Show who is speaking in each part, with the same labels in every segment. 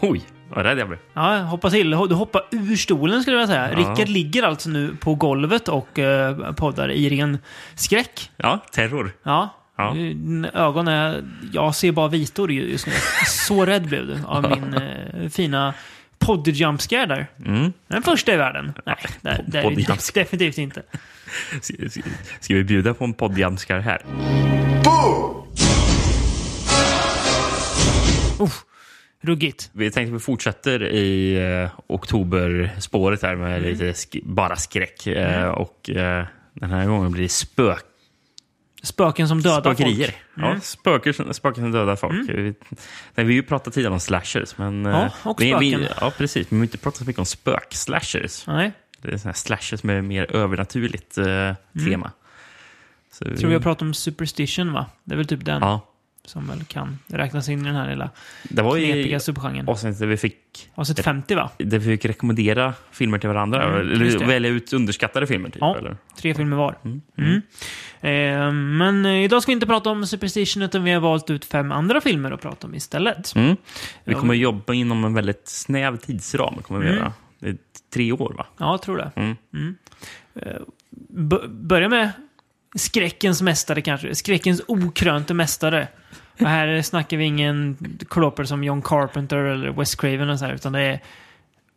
Speaker 1: Oj, vad rädd jag blev.
Speaker 2: Ja, hoppa till. Du hoppar ur stolen skulle jag vilja säga.
Speaker 1: Ja.
Speaker 2: Rickard ligger alltså nu på golvet och eh, poddar i ren skräck.
Speaker 1: Ja, terror.
Speaker 2: Ja.
Speaker 1: Ja.
Speaker 2: N- Ögonen är... Jag ser bara vitor ju- just nu. Så rädd blev du av min eh, fina podd-jumpscare där.
Speaker 1: Mm.
Speaker 2: Den första i världen. Nej, det, det är ju
Speaker 1: podd-jumpscare.
Speaker 2: definitivt inte.
Speaker 1: S- s- Ska vi bjuda på en poddjamskar här?
Speaker 2: Ruggigt.
Speaker 1: Vi tänkte att vi fortsätter i eh, oktoberspåret här med
Speaker 2: Mm.
Speaker 1: lite sk- bara skräck. Eh, och eh, den här gången blir det spök
Speaker 2: Spöken som dödar
Speaker 1: Spökerier.
Speaker 2: folk. Mm.
Speaker 1: Ja, spöker, som- spöken som dödar folk. Vi, nej, vi har ju pratat tidigare om slashers. Men,
Speaker 2: Ja,
Speaker 1: eh,
Speaker 2: och
Speaker 1: vi, vi,
Speaker 2: spöken.
Speaker 1: ja, precis. Men vi har inte pratat så mycket om spök-slashers.
Speaker 2: Nej,
Speaker 1: Det är såna här slashers med mer övernaturligt eh, tema. Så
Speaker 2: jag Mm. tror vi har pratat om superstition va? Det är väl typ den
Speaker 1: Mm. Ja,
Speaker 2: som väl kan räknas in i den här lilla
Speaker 1: det var ju
Speaker 2: knepiga subgenren.
Speaker 1: avsnittet där vi fick
Speaker 2: Avsnitt 50 va?
Speaker 1: där vi fick rekommendera filmer till varandra.
Speaker 2: Mm, just
Speaker 1: eller
Speaker 2: det.
Speaker 1: välja ut underskattade filmer. Typ,
Speaker 2: Ja.
Speaker 1: eller?
Speaker 2: Tre filmer var. Mm. Eh, men eh, idag ska vi inte prata om Superstition utan vi har valt ut fem andra filmer att prata om istället.
Speaker 1: Mm. Vi
Speaker 2: Ja.
Speaker 1: kommer jobba inom en väldigt snäv tidsram. Kommer vi
Speaker 2: Mm.
Speaker 1: göra. Det är tre år, va?
Speaker 2: Ja, jag tror det.
Speaker 1: Mm.
Speaker 2: Eh, b- börja med skräckens mästare kanske. Skräckens okrönte mästare. Och här snackar vi ingen klåpare som John Carpenter eller Wes Craven och så här, utan det är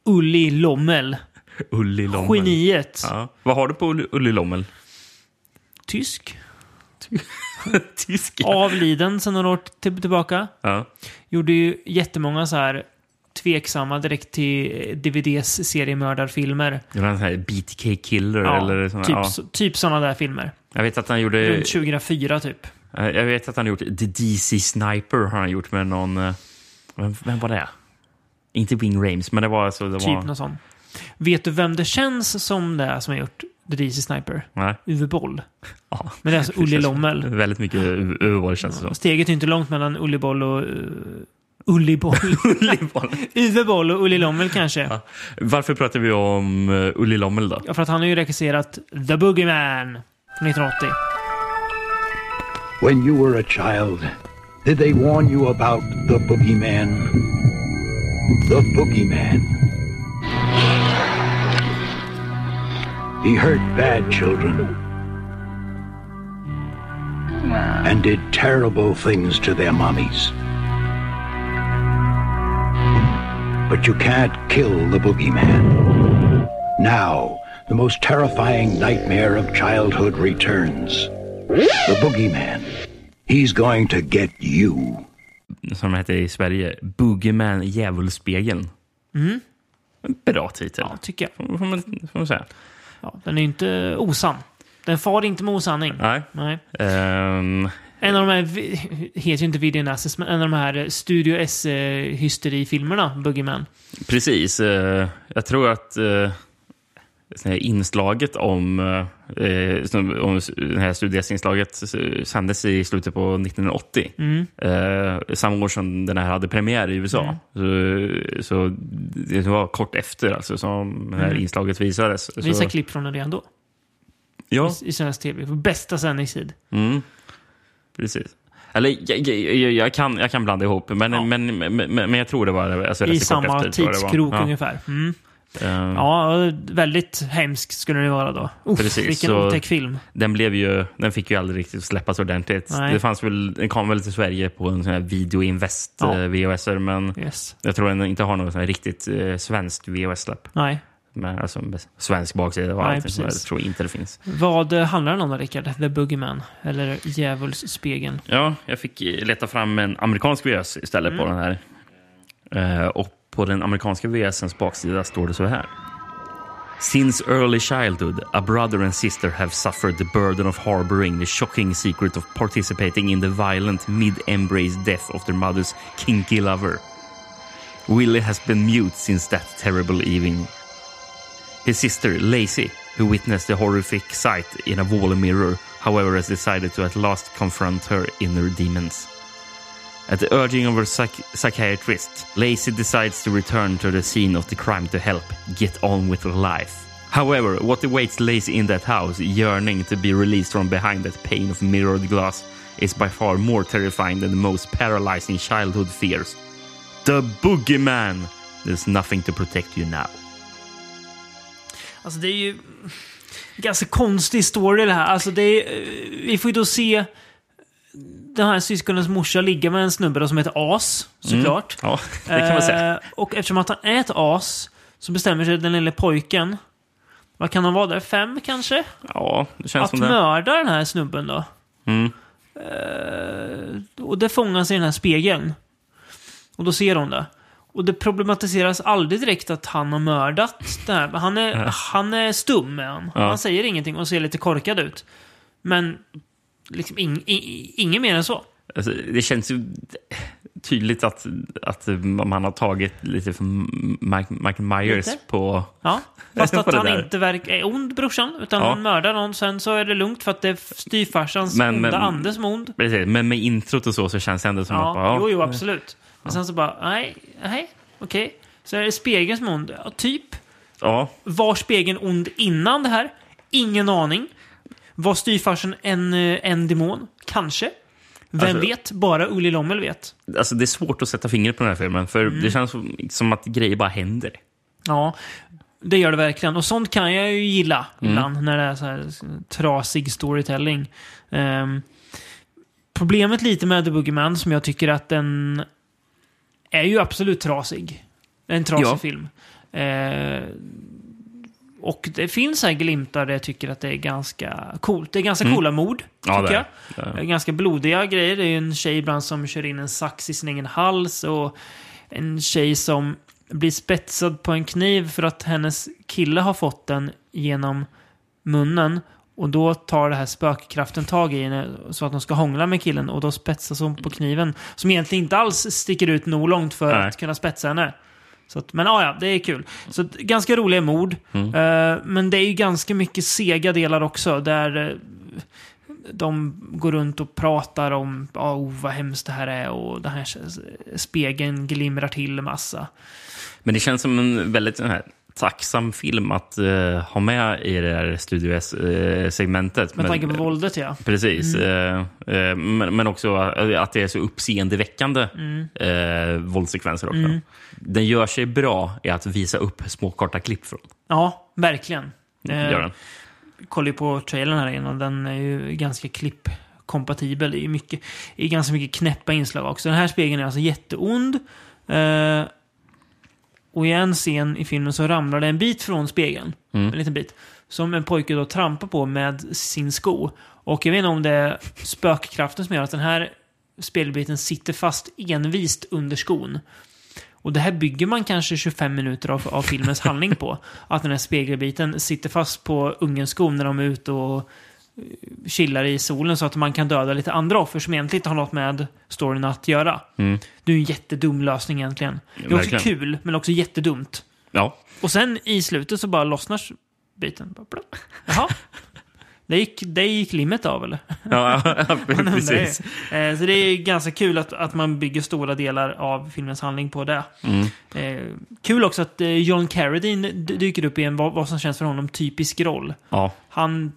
Speaker 2: Ulli Lommel.
Speaker 1: Ulli Lommel.
Speaker 2: Geniet.
Speaker 1: Ja. Vad har du på Ulli- Ulli Lommel?
Speaker 2: Tysk.
Speaker 1: Tysk.
Speaker 2: Avliden sedan några år till- tillbaka.
Speaker 1: Ja.
Speaker 2: gjorde ju jättemånga så här tveksamma direkt till eh, DVDs seriemördarfilmer.
Speaker 1: Det var en sån här BTK Killer
Speaker 2: Ja,
Speaker 1: eller sån här,
Speaker 2: typ,
Speaker 1: ja. Eh,
Speaker 2: så- typ sådana där filmer.
Speaker 1: Jag vet att han gjorde...
Speaker 2: Runt 2004 typ.
Speaker 1: eh, Jag vet att han gjort The DC Sniper har han gjort med någon... eh, Vem, vem var det? Inte Wing Rames, men det var alltså... Det
Speaker 2: Typ
Speaker 1: var,
Speaker 2: någon sån. Vet du vem det känns som det är som har gjort The DC Sniper?
Speaker 1: nej.
Speaker 2: Uwe Boll.
Speaker 1: Ja.
Speaker 2: Men det är alltså Ulli
Speaker 1: känns-
Speaker 2: Lommel.
Speaker 1: Väldigt mycket u- urval känns det som.
Speaker 2: Steget är inte långt mellan Ulli Boll och... Uh, Ulli Boll.
Speaker 1: Ulli Lommel.
Speaker 2: Uwe Boll och Ulli Lommel kanske.
Speaker 1: Ja. Varför pratar vi om eh, Ulli Lommel då?
Speaker 2: Ja, för att han har ju regisserat The Boogeyman från 1980.
Speaker 3: When you were a child, did they warn you about the boogeyman? The boogeyman. He hurt bad children and did terrible things to their mommies. But you can't kill the boogeyman. Now, the most terrifying nightmare of childhood returns. The boogeyman. He's going to get you.
Speaker 1: Som den hette i Sverige. Boogeyman Djävulspegeln. Mm. Bra titel.
Speaker 2: Ja, tycker jag.
Speaker 1: Får får man, får man säga.
Speaker 2: Ja, den är ju inte osann. Den far inte med osanning.
Speaker 1: Nej.
Speaker 2: Nej.
Speaker 1: Ehm,
Speaker 2: En av de här, vi- heter ju inte Video Nasses, men en av de här Studio eh, S-hysterifilmerna, Boogeyman.
Speaker 1: Precis. eh, Jag tror att eh, sån här inslaget om, eh, som- om det här studiesinslaget sändes i slutet på 1980.
Speaker 2: Mm.
Speaker 1: Eh, Samma år som den här hade premiär i USA.
Speaker 2: Mm.
Speaker 1: Så, så det var kort efter alltså, som det här
Speaker 2: Mm.
Speaker 1: inslaget visades.
Speaker 2: Visa
Speaker 1: så,
Speaker 2: klipp från den redan då,
Speaker 1: ja, Mm.
Speaker 2: i, i svensk tv. På bästa sändningstid.
Speaker 1: precis. Eller jag, jag, jag, jag, kan, jag kan blanda ihop, men,
Speaker 2: Ja.
Speaker 1: men, men, men, men jag tror det var alltså, rätt
Speaker 2: I
Speaker 1: kort
Speaker 2: samma
Speaker 1: efter, tror jag det var.
Speaker 2: tidskrok
Speaker 1: Ja.
Speaker 2: ungefär. Mm.
Speaker 1: Ehm,
Speaker 2: Ja, väldigt hemsk skulle det vara då. Uff,
Speaker 1: Precis,
Speaker 2: vilken
Speaker 1: så-
Speaker 2: otäck film.
Speaker 1: den, blev ju, den fick ju aldrig riktigt släppas ordentligt.
Speaker 2: Nej.
Speaker 1: Det fanns väl, den kom väl till Sverige på en sån här Video Invest
Speaker 2: Ja.
Speaker 1: eh, VHS, men
Speaker 2: Yes.
Speaker 1: jag tror den inte har något sån här riktigt eh, svenskt VHS-släpp.
Speaker 2: Nej.
Speaker 1: Med alltså, med svensk baksida och
Speaker 2: Nej,
Speaker 1: allting. Så jag
Speaker 2: precis.
Speaker 1: tror inte det finns.
Speaker 2: Vad eh, handlar den om då, Rickard? The Boogeyman? Eller Djävulsspegeln?
Speaker 1: Ja, jag fick eh, leta fram en amerikansk VHS istället på den här. Eh, och på den amerikanska VHSens baksida står det så här. Since early childhood, a brother and sister have suffered the burden of harboring the shocking secret of participating in the violent mid-embrace death of their mother's kinky lover. Willie has been mute since that terrible evening. His sister, Lacey, who witnessed the horrific sight in a wall mirror, however, has decided to at last confront her inner demons. At the urging of her psych- psychiatrist, Lacey decides to return to the scene of the crime to help get on with her life. However, what awaits Lacey in that house, yearning to be released from behind that pane of mirrored glass, is by far more terrifying than the most paralyzing childhood fears. The Boogeyman. There's nothing to protect you now.
Speaker 2: Alltså det är ju ganska konstig story det här. Alltså det är, eh, vi får ju då se den här syskonens morsa ligga med en snubbe då som heter As, såklart.
Speaker 1: Mm. Ja, det kan Oh, man säga.
Speaker 2: Eh, och eftersom att han är ett as så bestämmer sig den lille pojken, vad kan han vara där, fem kanske?
Speaker 1: Ja, det känns
Speaker 2: Att
Speaker 1: som det.
Speaker 2: mörda den här snubben då.
Speaker 1: Mm.
Speaker 2: Eh, och det fångas i den här spegeln. Och då ser hon det. Och det problematiseras aldrig direkt att han har mördat det här. Men Han är, han är stum med han.
Speaker 1: Ja.
Speaker 2: Han säger ingenting och ser lite korkad ut. Men liksom ing- i- ingen mer än så.
Speaker 1: Alltså, det känns ju tydligt att, att man har tagit lite från Mike, Michael Myers
Speaker 2: Lite?
Speaker 1: på...
Speaker 2: Ja. Fast
Speaker 1: Jag får
Speaker 2: att
Speaker 1: det
Speaker 2: han
Speaker 1: där.
Speaker 2: inte verk- är ond brorsan, utan
Speaker 1: Ja.
Speaker 2: han mördar någon. Sen så är det lugnt för att det är styvfarsans
Speaker 1: Men-
Speaker 2: onda
Speaker 1: men-
Speaker 2: ande som är ond.
Speaker 1: Precis, men med introt och så så känns det ändå som att...
Speaker 2: Ja,
Speaker 1: bara,
Speaker 2: jo, jo, absolut. Men sen så bara, nej, nej, okej. Så är det spegeln som är ond. Ja, typ.
Speaker 1: ja,
Speaker 2: Var spegeln ond innan det här? Ingen aning. Var styvfarsen en, eh, en demon? Kanske. Vem
Speaker 1: Alltså-
Speaker 2: vet? Bara Uli Lommel vet.
Speaker 1: alltså, det är svårt att sätta fingret på den här filmen för
Speaker 2: Mm.
Speaker 1: det känns som- som att grejer bara händer.
Speaker 2: Ja, det gör det verkligen. Och sånt kan jag ju gilla
Speaker 1: Mm.
Speaker 2: ibland när det är så här trasig storytelling. Ehm, problemet lite med The Boogeyman som jag tycker att den är ju absolut trasig. En trasig
Speaker 1: Ja.
Speaker 2: film. Ehm, och det finns så här glimtar där jag tycker att det är ganska coolt. Det är ganska coola mord,
Speaker 1: Mm. Ja,
Speaker 2: tycker
Speaker 1: det är
Speaker 2: jag. Eh, Ganska blodiga grejer. Det är ju en tjej ibland som kör in en sax i sin egen hals och en tjej som blir spetsad på en kniv för att hennes kille har fått den genom munnen. Och då tar det här spökkraften tag i henne så att hon ska hångla med killen och då spetsas hon på kniven. Som egentligen inte alls sticker ut nog långt för
Speaker 1: Nej.
Speaker 2: att kunna spetsa henne. Så att, men ja, ja, det är kul. Så att, ganska roliga mord.
Speaker 1: Mm.
Speaker 2: Eh, men det är ju ganska mycket sega delar också. Där eh, de går runt och pratar om "Ja, oh, vad hemskt det här är och den här spegeln glimrar till massa.
Speaker 1: Men det känns som en väldigt sån här, tacksam film att eh, ha med i det här Studio eh, S-segmentet.
Speaker 2: Med tanke på våldet ja.
Speaker 1: Precis. Eh, eh, men, men också eh, att det är så uppseendeväckande eh, våldssekvenser också. Den gör sig bra i att visa upp små korta klipp från.
Speaker 2: Ja, verkligen. Eh,
Speaker 1: Gör den.
Speaker 2: kollade ju på trailern här innan. Den är ju ganska klippkompatibel. Det är, ju mycket, det är ganska mycket knäppa inslag också. Den här spegeln är alltså jätteond. Eh, och i en scen i filmen så ramlar det en bit från spegeln. En liten bit. Som en pojke då trampar på med sin sko. Och jag vet inte om det är spökkraften som gör att den här spelbiten sitter fast envist under skon. Och det här bygger man kanske 25 minuter av, av filmens handling på. Att den här spegelbiten sitter fast på ungens skon när de är ute och eh, chillar i solen så att man kan döda lite andra offer som egentligen inte har något med storyn att göra. Det är ju en jättedum lösning egentligen. Det är också
Speaker 1: verkligen.
Speaker 2: kul, men också jättedumt.
Speaker 1: Ja.
Speaker 2: Och sen i slutet så bara lossnar biten. Bara plopp. Jaha. Det gick, det gick limmet av eller?
Speaker 1: Ja, ja,
Speaker 2: Man undrar ju.
Speaker 1: precis.
Speaker 2: Eh, Så det är ganska kul att, att man bygger stora delar av filmens handling på det.
Speaker 1: Mm.
Speaker 2: Eh, Kul också att eh, John Carradine d- dyker upp i en, vad vad som känns för honom, typisk roll.
Speaker 1: Ja.
Speaker 2: Han...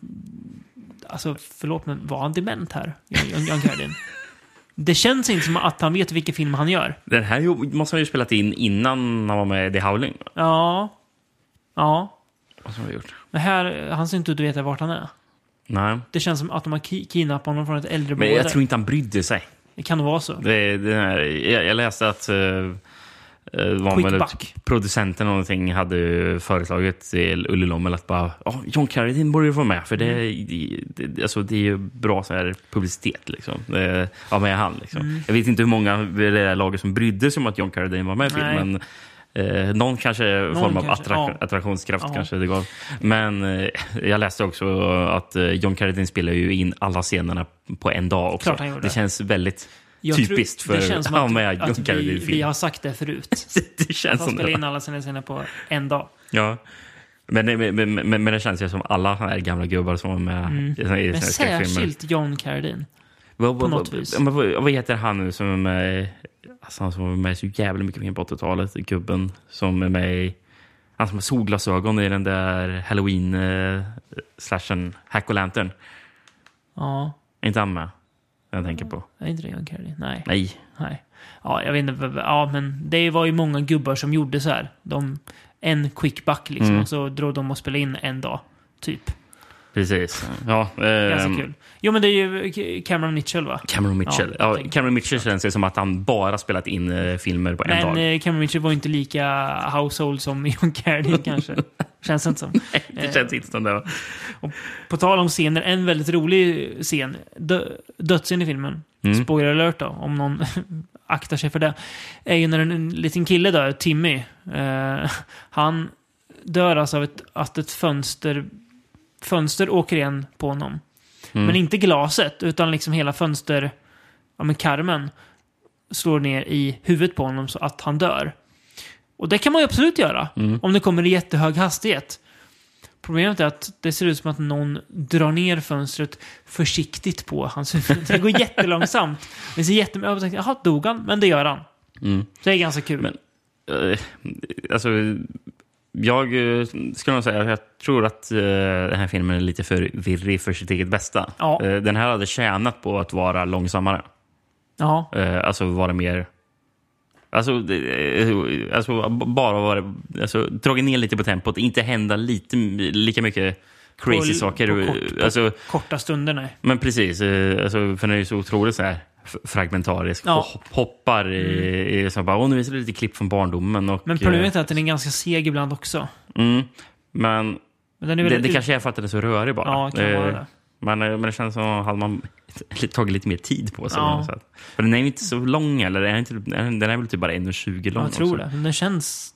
Speaker 2: Alltså, förlåt, men var han dement här? John, John Carradine. Det känns inte som att han vet vilken film han gör.
Speaker 1: Den här jo- måste han ju spelat in innan han var med i The Howling.
Speaker 2: Ja. Ja.
Speaker 1: Vad har han gjort?
Speaker 2: Det här, han ser inte ut att veta vart han är.
Speaker 1: Nej.
Speaker 2: Det känns som att de har ki- kidnappat honom från ett
Speaker 1: Men
Speaker 2: äldreboende.
Speaker 1: jag tror inte han brydde sig.
Speaker 2: Det kan vara så.
Speaker 1: Det, det här, jag, jag läste att eh, eh, var
Speaker 2: Quick
Speaker 1: väl
Speaker 2: back.
Speaker 1: producenten eller någonting hade ju föreslagit till Ulle Lommel att bara, oh, John Carradine borde ju få med för det,
Speaker 2: Mm.
Speaker 1: det, det, alltså, det är ju bra så här publicitet. Liksom. Det, ja, med han, liksom.
Speaker 2: Mm.
Speaker 1: Jag vet inte hur många vid det där laget som brydde sig om att John Carradine var med i
Speaker 2: Nej.
Speaker 1: filmen. Eh, någon kanske form av
Speaker 2: kanske,
Speaker 1: attra-
Speaker 2: ja.
Speaker 1: attraktionskraft
Speaker 2: Ja.
Speaker 1: kanske det gav. Men eh, jag läste också att eh, John Carradine spelar ju in alla scenerna på en dag också.
Speaker 2: Klart han gjorde.
Speaker 1: det känns väldigt
Speaker 2: Jag tror-
Speaker 1: Typiskt för...
Speaker 2: Det känns som
Speaker 1: ja,
Speaker 2: att,
Speaker 1: men jag-
Speaker 2: att
Speaker 1: jag kan ju
Speaker 2: vi,
Speaker 1: film.
Speaker 2: vi har sagt det förut.
Speaker 1: Det känns
Speaker 2: Han
Speaker 1: som
Speaker 2: spelar
Speaker 1: det.
Speaker 2: in
Speaker 1: va?
Speaker 2: alla sina scener på en dag.
Speaker 1: Ja. Men, men, men, men, men det känns ju som alla såna här gamla gubbar som var med i såna- i
Speaker 2: Mm. Men
Speaker 1: såna här skräckfilmer.
Speaker 2: särskilt John Carradine.
Speaker 1: Vad, vad,
Speaker 2: något
Speaker 1: vad-
Speaker 2: vis.
Speaker 1: men vad, vad heter han nu som är med... Alltså han som var med så jävla mycket mer på 80-talet. Gubben som är med i... Han som har solglasögon i den där eh, halloween-slashen Hack och Lantern.
Speaker 2: Ja.
Speaker 1: Är inte han med? Eh, jag tänker på.
Speaker 2: Är inte det John Carradine? Nej.
Speaker 1: Nej.
Speaker 2: Nej. Ja, jag vet inte. v- v- Ja, men det var ju många gubbar som gjorde så här. De, en quickback liksom.
Speaker 1: Mm.
Speaker 2: Och så drog de och spelade in en dag. Typ.
Speaker 1: Precis. Ja,
Speaker 2: Ganska
Speaker 1: ehm,
Speaker 2: kul. Jo, men det är ju K- Cameron Mitchell va?
Speaker 1: Cameron Mitchell.
Speaker 2: Ja,
Speaker 1: Ja,
Speaker 2: jag tänker-
Speaker 1: Cameron Mitchell känns det som att han bara spelat in eh, filmer på en
Speaker 2: Men
Speaker 1: dag.
Speaker 2: eh, Cameron Mitchell var ju inte lika household som John Carradine kanske. Känns det inte som.
Speaker 1: det känns inte som det.
Speaker 2: På tal om scener, en väldigt rolig scen. Dö- Dödsscen i filmen.
Speaker 1: Mm.
Speaker 2: Spoiler alert då, om någon aktar sig för det. Är ju när en, en liten kille dör, Timmy. Eh, han dör alltså av ett, att ett fönster, fönster åker igen på honom.
Speaker 1: Mm.
Speaker 2: Men inte glaset, utan liksom hela fönster... Ja, men karmen slår ner i huvudet på honom så att han dör. Och det kan man ju absolut göra.
Speaker 1: Mm.
Speaker 2: Om det kommer i jättehög hastighet. Problemet är att det ser ut som att någon drar ner fönstret försiktigt på hans huvud. Det går jättelångsamt. Det ser jättem- Jag tänkte, jaha, dog han? Men det gör han.
Speaker 1: Mm.
Speaker 2: Så det är ganska kul.
Speaker 1: Men- Eh, alltså, jag eh, skulle nog säga att jag tror att eh, den här filmen är lite för virrig för sitt eget bästa.
Speaker 2: Ja.
Speaker 1: Eh, den här hade tjänat på att vara långsammare.
Speaker 2: ja,
Speaker 1: Eh, alltså vara mer... Alltså, det- eh, alltså b- bara vara... Alltså, dragit ner lite på tempot. Inte hända lite, lika mycket crazy
Speaker 2: På-
Speaker 1: saker.
Speaker 2: på kort- på-
Speaker 1: alltså,
Speaker 2: korta stunder, nej.
Speaker 1: Men precis, eh, alltså, för den är ju så otroligt så här f- fragmentarisk.
Speaker 2: Ja. Mm.
Speaker 1: Hop- Hoppar i, i så bara, åh nu visar det lite klipp från barndomen. Och,
Speaker 2: Men
Speaker 1: eh,
Speaker 2: problemet är att den är ganska seg ibland också.
Speaker 1: mm, men
Speaker 2: Men den är
Speaker 1: det, det,
Speaker 2: väldigt-
Speaker 1: kanske är för att den är så rörig bara.
Speaker 2: Ja, kan vara
Speaker 1: Eh,
Speaker 2: det.
Speaker 1: Men, eh, men det känns som att hade man tagit lite mer tid på sig.
Speaker 2: Ja.
Speaker 1: på något sätt. För den är ju inte så lång eller? Den är, inte, den är väl typ bara 1,20 lång?
Speaker 2: Jag tror
Speaker 1: också. Mm.
Speaker 2: det. Men den känns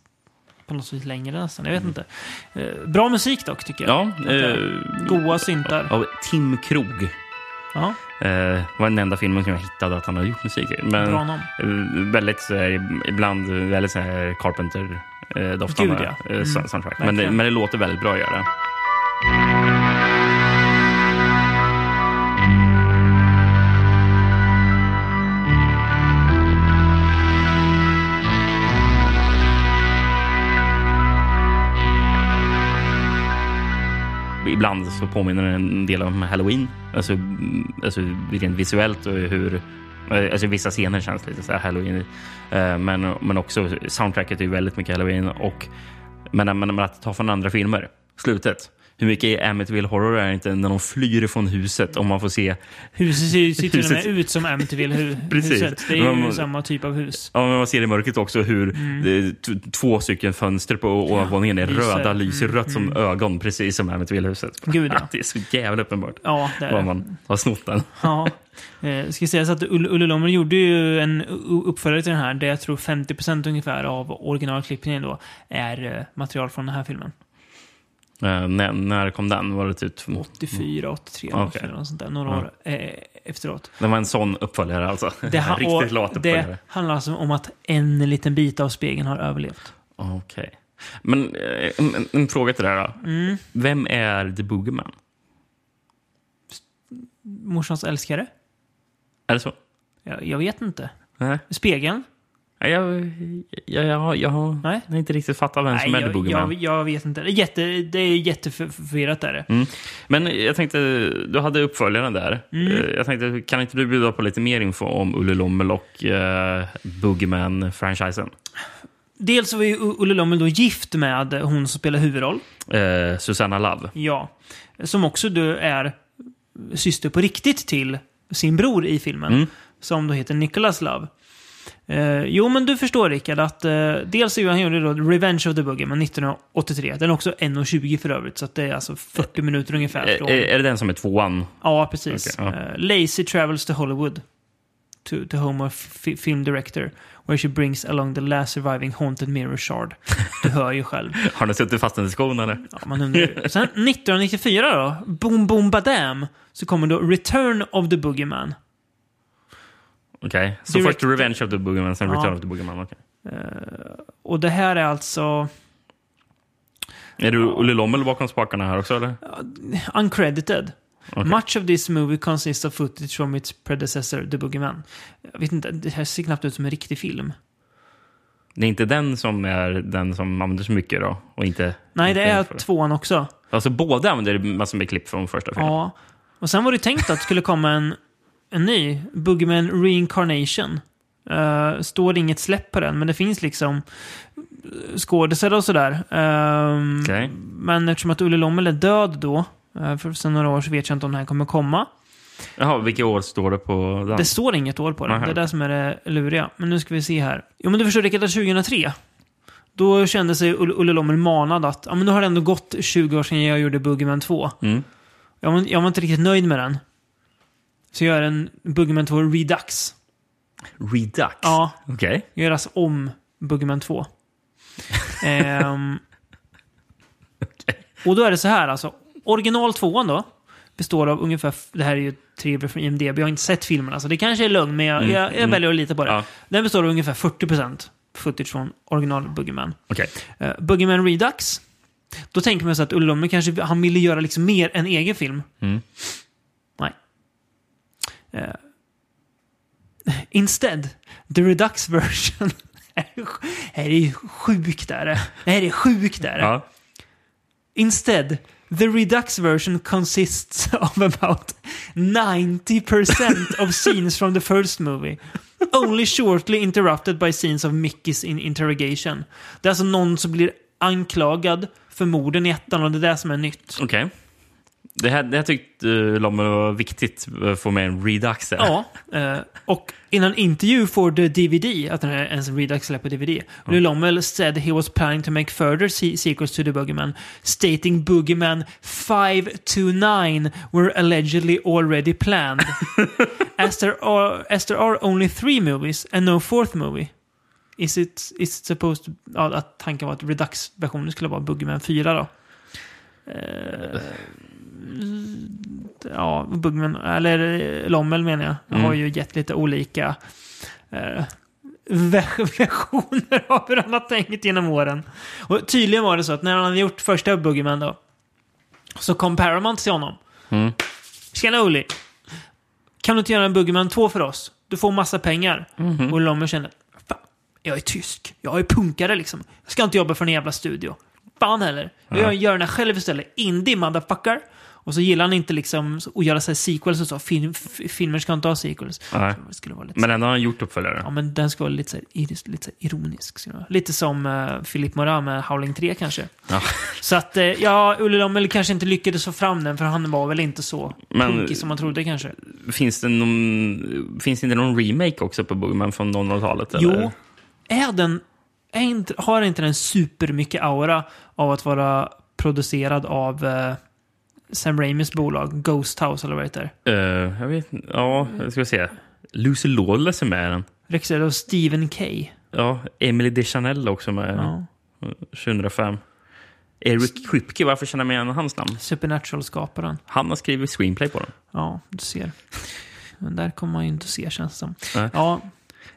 Speaker 2: på något sätt längre nästan. Jag vet inte. Eh, Bra musik dock, tycker jag.
Speaker 1: Ja, eh,
Speaker 2: Goa syntar.
Speaker 1: av Tim Krog.
Speaker 2: Ja,
Speaker 1: Eh, var den enda filmen som jag hittade att han har gjort musik till. Men,
Speaker 2: bra namn.
Speaker 1: Eh, Väldigt så här, ibland eh, väldigt så här Carpenter eh, doftande
Speaker 2: Gud, ja.
Speaker 1: eh,
Speaker 2: Mm.
Speaker 1: sa- soundtrack. Men det,
Speaker 2: Verkligen.
Speaker 1: men det låter väldigt bra att göra. Ibland så påminner den en del om Halloween. Alltså, mm, alltså rent visuellt och hur... eh, Alltså vissa scener känns lite så här Halloween. Eh, Men, men också soundtracket är ju väldigt mycket Halloween. Och, men, men, men att ta från andra filmer. Slutet. Hur mycket i Amityville Horror är det inte när de flyr från huset om man får se
Speaker 2: Huset ser ju ser till och med
Speaker 1: Huset-
Speaker 2: ut som
Speaker 1: Precis.
Speaker 2: MTV-huset. Det är ju
Speaker 1: Man-
Speaker 2: samma typ av hus.
Speaker 1: Ja, men man ser i mörkret också hur det, t- två stycken fönster på ovanvåningen är
Speaker 2: Mm. lyser. Mm.
Speaker 1: röda, lyser rött som ögon, precis som Amityville-huset.
Speaker 2: Gud, ja.
Speaker 1: Det är så jävla uppenbart
Speaker 2: Ja, det är
Speaker 1: var
Speaker 2: det.
Speaker 1: man har snott den.
Speaker 2: Ja. Eh, ska sägas att Ull- Ulle Lommer gjorde ju en u- uppföljare till den här där jag tror 50% ungefär av originalklippningen då är eh, material från den här filmen.
Speaker 1: Eh, när, när kom den? Var det typ...
Speaker 2: 84, 83,
Speaker 1: Okej.
Speaker 2: 84, något sånt där. Några år eh, efteråt.
Speaker 1: Det var en sån uppföljare alltså.
Speaker 2: Det,
Speaker 1: en
Speaker 2: ha,
Speaker 1: riktigt lat
Speaker 2: och det
Speaker 1: uppföljare.
Speaker 2: handlar alltså om att en liten bit av spegeln har överlevt.
Speaker 1: Okej. Men eh, en, en fråga till det här då.
Speaker 2: Mm.
Speaker 1: Vem är The Boogeyman?
Speaker 2: Morsans älskare?
Speaker 1: Är det så?
Speaker 2: Jag, jag vet inte.
Speaker 1: Nej.
Speaker 2: Spegeln?
Speaker 1: Jag, jag, jag, jag, jag har
Speaker 2: Nej.
Speaker 1: inte riktigt fattat vem som är The
Speaker 2: jag,
Speaker 1: Boogeyman.
Speaker 2: jag, jag vet inte. Det är, jätte, det är jätteförvirrat. Där.
Speaker 1: Mm. Men jag tänkte, du hade uppföljaren där.
Speaker 2: Mm.
Speaker 1: Eh, Jag tänkte, kan inte du bjuda på lite mer info om Ulle Lommel och uh, Boogeyman-franchisen?
Speaker 2: Dels så var ju U- Ulle Lommel då gift med hon som spelar huvudroll.
Speaker 1: Eh, Susanna Love.
Speaker 2: Ja. Som också då är syster på riktigt till sin bror i filmen.
Speaker 1: Mm.
Speaker 2: Som då heter Nicholas Love. Eh, jo, men du förstår Rickard att eh, dels är ju han gjorde då Revenge of the Boogeyman 1983. Den är också 1.20 för övrigt, så att det är alltså 40 minuter ungefär.
Speaker 1: Eh,
Speaker 2: Från,
Speaker 1: är, är det den som är tvåan?
Speaker 2: ja, precis.
Speaker 1: Okej,
Speaker 2: Eh, Lacey travels to Hollywood. To the home of fi- film director. Where she brings along the last surviving haunted mirror shard. Du hör ju själv.
Speaker 1: Har den suttit fast i skon eller?
Speaker 2: Ja, man undrar ju. Sen 1994 då, Boom Boom Badam, så kommer då Return of the Boogeyman.
Speaker 1: Okej, så
Speaker 2: Direkt-
Speaker 1: först Revenge of the Boogeyman, sen
Speaker 2: Ja.
Speaker 1: Return of the Boogeyman. okej.
Speaker 2: Och det här är alltså
Speaker 1: Är du Ulle Lommel bakom spakarna här också eller?
Speaker 2: uncredited.
Speaker 1: Okej.
Speaker 2: Much of this movie consists of footage from its predecessor, The Boogeyman. Jag vet inte, det här ser knappt ut som en riktig film.
Speaker 1: Det är inte den som är den som använder så mycket då? Och inte,
Speaker 2: Nej, det
Speaker 1: inte
Speaker 2: är
Speaker 1: för-
Speaker 2: tvåan också.
Speaker 1: Alltså båda använder massor med klipp från första filmen?
Speaker 2: Ja. Och sen var det tänkt att det skulle komma en en ny, Boogeyman Reincarnation. Eh, står inget släpp på den, men det finns liksom eh, skådisar och sådär. Ehm,
Speaker 1: Okej.
Speaker 2: Men eftersom att Olle Lommel är död då, eh, för sen några år, så vet jag inte om den här kommer komma.
Speaker 1: Jaha, vilka år står det på den?
Speaker 2: Det står inget år på den.
Speaker 1: Nähä.
Speaker 2: Det är det som är det luriga. Men nu ska vi se här. Jo, men du förstår Rickard, att 2003. Då kände sig Ull- Olle Lommel manad att ja, men nu har det ändå gått 20 år sedan jag gjorde Boogeyman 2.
Speaker 1: Mm.
Speaker 2: Jag var, jag var inte riktigt nöjd med den. Så jag gör en Boogeyman 2 Redux.
Speaker 1: Redux?
Speaker 2: Ja,
Speaker 1: Okej.
Speaker 2: göras om Boogeyman 2. Ehm, och då är det så här alltså. Original 2 då består av ungefär, f- det här är ju trivia från IMDB, jag har inte sett filmerna så det kanske är lögn men jag,
Speaker 1: Mm,
Speaker 2: jag, jag
Speaker 1: mm.
Speaker 2: väljer att lita på det.
Speaker 1: Ja,
Speaker 2: Den består av ungefär 40% footage från original Boogeyman.
Speaker 1: okej.
Speaker 2: Uh, Boogeyman Redux. Då tänker man sig att Ulle Lommer kanske han ville göra liksom mer en egen film.
Speaker 1: Mm.
Speaker 2: Nej. Eh, instead, the Redux version. här är ju sjukt där. Det här är sjukt där.
Speaker 1: Ja.
Speaker 2: Instead, the Redux version consists of about 90% of scenes from the first movie. Only shortly interrupted by scenes of Mickeys in interrogation. Det är alltså någon som blir anklagad för morden i ettan och det är det som är nytt.
Speaker 1: Okej. Det här, det här tyckte uh, Lommel var viktigt, eh, få med en redux här.
Speaker 2: Ja, eh, och in an interview for the DVD, att den här ens Redux släpper på DVD, Lou Lommel said he was planning to make further se sequels to the Boogeyman, stating Boogeyman 5 to 9 were allegedly already planned. as, there are, as there are only three movies and no fourth movie. Is it, is it supposed to, ja, att tanken var att Redux-versionen skulle vara Boogeyman 4 då? Eh, ja, Bugman, eller eh, Lommel menar jag,
Speaker 1: Mm.
Speaker 2: har ju gett lite olika eh, ver- versioner av hur han har tänkt genom åren. Och tydligen var det så att när han hade gjort första Boogeyman då, så kom Paramount till honom.
Speaker 1: Mm.
Speaker 2: Tjena Olli! Kan du inte göra en Boogeyman 2 för oss? Du får massa pengar.
Speaker 1: Mhm.
Speaker 2: Och Lommel kände, fan, jag är tysk. Jag är punkare liksom. Jag ska inte jobba för en jävla studio. Fan heller. Jag gör den här själv istället. Indie motherfucker. Och så gillar han inte liksom att göra så här sequels och så. Film, f- filmer ska inte ha sequels.
Speaker 1: Nej.
Speaker 2: Så det skulle vara lite
Speaker 1: Men ändå har han gjort uppföljare.
Speaker 2: Ja, men den ska vara lite, så här, iris- lite så här ironisk. skulle jag säga. Lite som uh, Philip Moran med Howling 3 kanske.
Speaker 1: Ja.
Speaker 2: Så att, eh, ja, Olle Lommel kanske inte lyckades få fram den för han var väl inte så
Speaker 1: Men-
Speaker 2: punkig som man trodde kanske.
Speaker 1: Finns, det någon, finns det inte någon remake också på Boogeyman från 00-talet?
Speaker 2: Jo,
Speaker 1: eller?
Speaker 2: är den, är inte, har inte den supermycket aura av att vara producerad av eh, Sam Raimis bolag, Ghost House eller vad det heter?
Speaker 1: Eh, jag vet inte. Ja, jag ska se. Lucy Lawless är med i den.
Speaker 2: Regisserad av Stephen Kay.
Speaker 1: Ja, Emily DeChanel också med i den.
Speaker 2: Ja.
Speaker 1: 2005. Eric Kripke, varför känner man igen hans namn?
Speaker 2: Supernatural-skaparen.
Speaker 1: Han har skrivit screenplay på den.
Speaker 2: Ja, du ser. Men där kommer man ju inte se känns det som.
Speaker 1: Nej.
Speaker 2: Ja,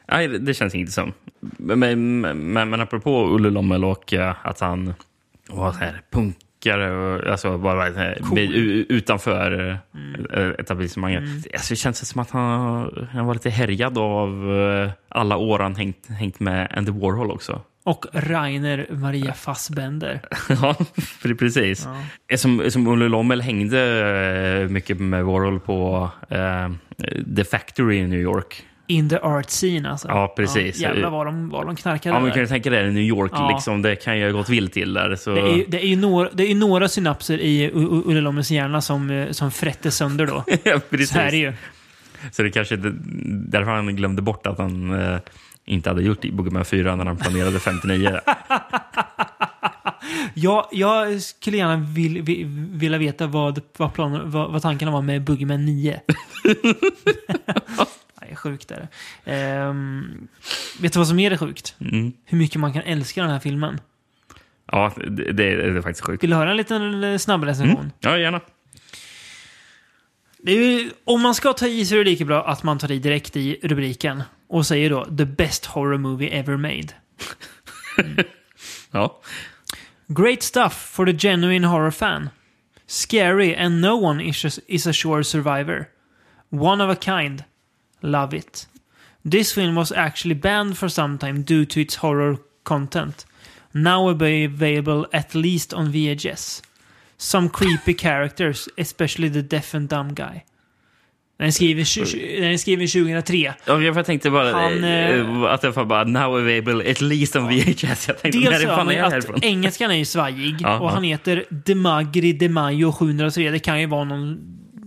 Speaker 1: Nej, det- det känns inte som. Men, men, men, men apropå Olle Lommel och eh, att han var så här punkare och alltså bara så här,
Speaker 2: Cool. Mm.
Speaker 1: u- utanför eh, etablissemanget. Alltså, det känns som att han, han var lite härjad av eh, alla år han hängt, hängt med Andy Warhol också.
Speaker 2: Och Rainer Maria Fassbender.
Speaker 1: Ja, pre- precis. Som, som Olle Lommel hängde eh, mycket med Warhol på eh, The Factory i New York.
Speaker 2: In the art scene alltså.
Speaker 1: Ja, precis.
Speaker 2: Ja, jävlar vad de, vad de knarkade
Speaker 1: Ja, men
Speaker 2: där.
Speaker 1: kan du tänka dig New York,
Speaker 2: Ja.
Speaker 1: liksom, det kan ju ha gått vilt till där. Så.
Speaker 2: Det är, ju- det, är ju några, det är ju några synapser i U- U- Ulle Lommels hjärna som, eh, som frätter sönder då.
Speaker 1: ja, precis.
Speaker 2: Så här är det ju.
Speaker 1: Så det kanske är det- därför han glömde bort att han eh, inte hade gjort Boogeyman 4 när han planerade 59.
Speaker 2: Jag, jag skulle gärna vil, vil, vilja veta vad, vad, planen, vad, vad tankarna var med Boogeyman 9. Nej, är sjukt är det. Ehm, vet du vad som är det sjukt?
Speaker 1: Mm.
Speaker 2: Hur mycket man kan älska den här filmen.
Speaker 1: Ja, det, det, är- det är faktiskt sjukt.
Speaker 2: Vill du höra en liten eh, snabb recension?
Speaker 1: Ja, gärna.
Speaker 2: Det är ju, om man ska ta i så är det lika bra att man tar i direkt i rubriken och säger då “The best horror movie ever made”.
Speaker 1: Ja.
Speaker 2: Great stuff for the genuine horror fan. Scary and no one is a, is a sure survivor. One of a kind. Love it. This film was actually banned for some time due to its horror content. Now available at least on VHS. Some creepy characters, especially the deaf and dumb guy. Den är skriven, tju- tju- den är skriven 2003.
Speaker 1: Ja, jag tänkte bara
Speaker 2: Han, eh,
Speaker 1: eh, att det var bara now available at least on VHS. Jag tänkte, när
Speaker 2: Dels
Speaker 1: fan
Speaker 2: så
Speaker 1: är
Speaker 2: är
Speaker 1: jag
Speaker 2: att
Speaker 1: härifrån?
Speaker 2: engelskan är ju svajig
Speaker 1: Ja,
Speaker 2: och
Speaker 1: ja.
Speaker 2: han heter Demagri DeMaio 703. Det kan ju vara någon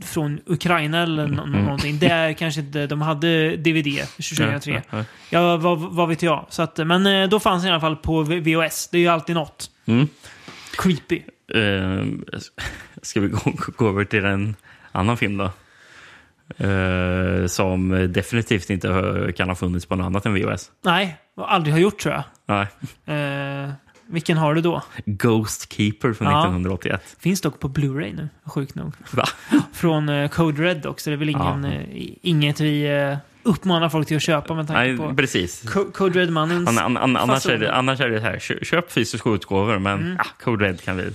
Speaker 2: från Ukraina
Speaker 1: Mm,
Speaker 2: eller nå- någonting. Där kanske inte de hade DVD 2003.
Speaker 1: Ja, ja,
Speaker 2: Ja, vad, vad vet jag. Så att, men eh, då fanns den i alla fall på V- VHS. Det är ju alltid något.
Speaker 1: Mm.
Speaker 2: Creepy.
Speaker 1: Eh, ska vi gå, gå över till en annan film då? Eh, som definitivt inte hör- kan ha funnits på något annat än VHS.
Speaker 2: Nej, vad aldrig har gjort tror jag.
Speaker 1: Nej.
Speaker 2: Eh, vilken har du då?
Speaker 1: Ghost Keeper från
Speaker 2: Ja.
Speaker 1: 1981.
Speaker 2: Finns dock på Blu-ray nu, sjukt nog.
Speaker 1: Va?
Speaker 2: Från eh, Code Red dock, så det är väl ingen,
Speaker 1: Ja.
Speaker 2: eh, i- inget vi eh, uppmanar folk till att köpa med tanke
Speaker 1: Nej,
Speaker 2: på
Speaker 1: precis.
Speaker 2: Co- Code Red Mannens...
Speaker 1: An, an, an, annars, är det,
Speaker 2: fasoner.
Speaker 1: annars är det här, kö- köp fysiska utgåvor, men
Speaker 2: Mm.
Speaker 1: ah, Code Red kan vi.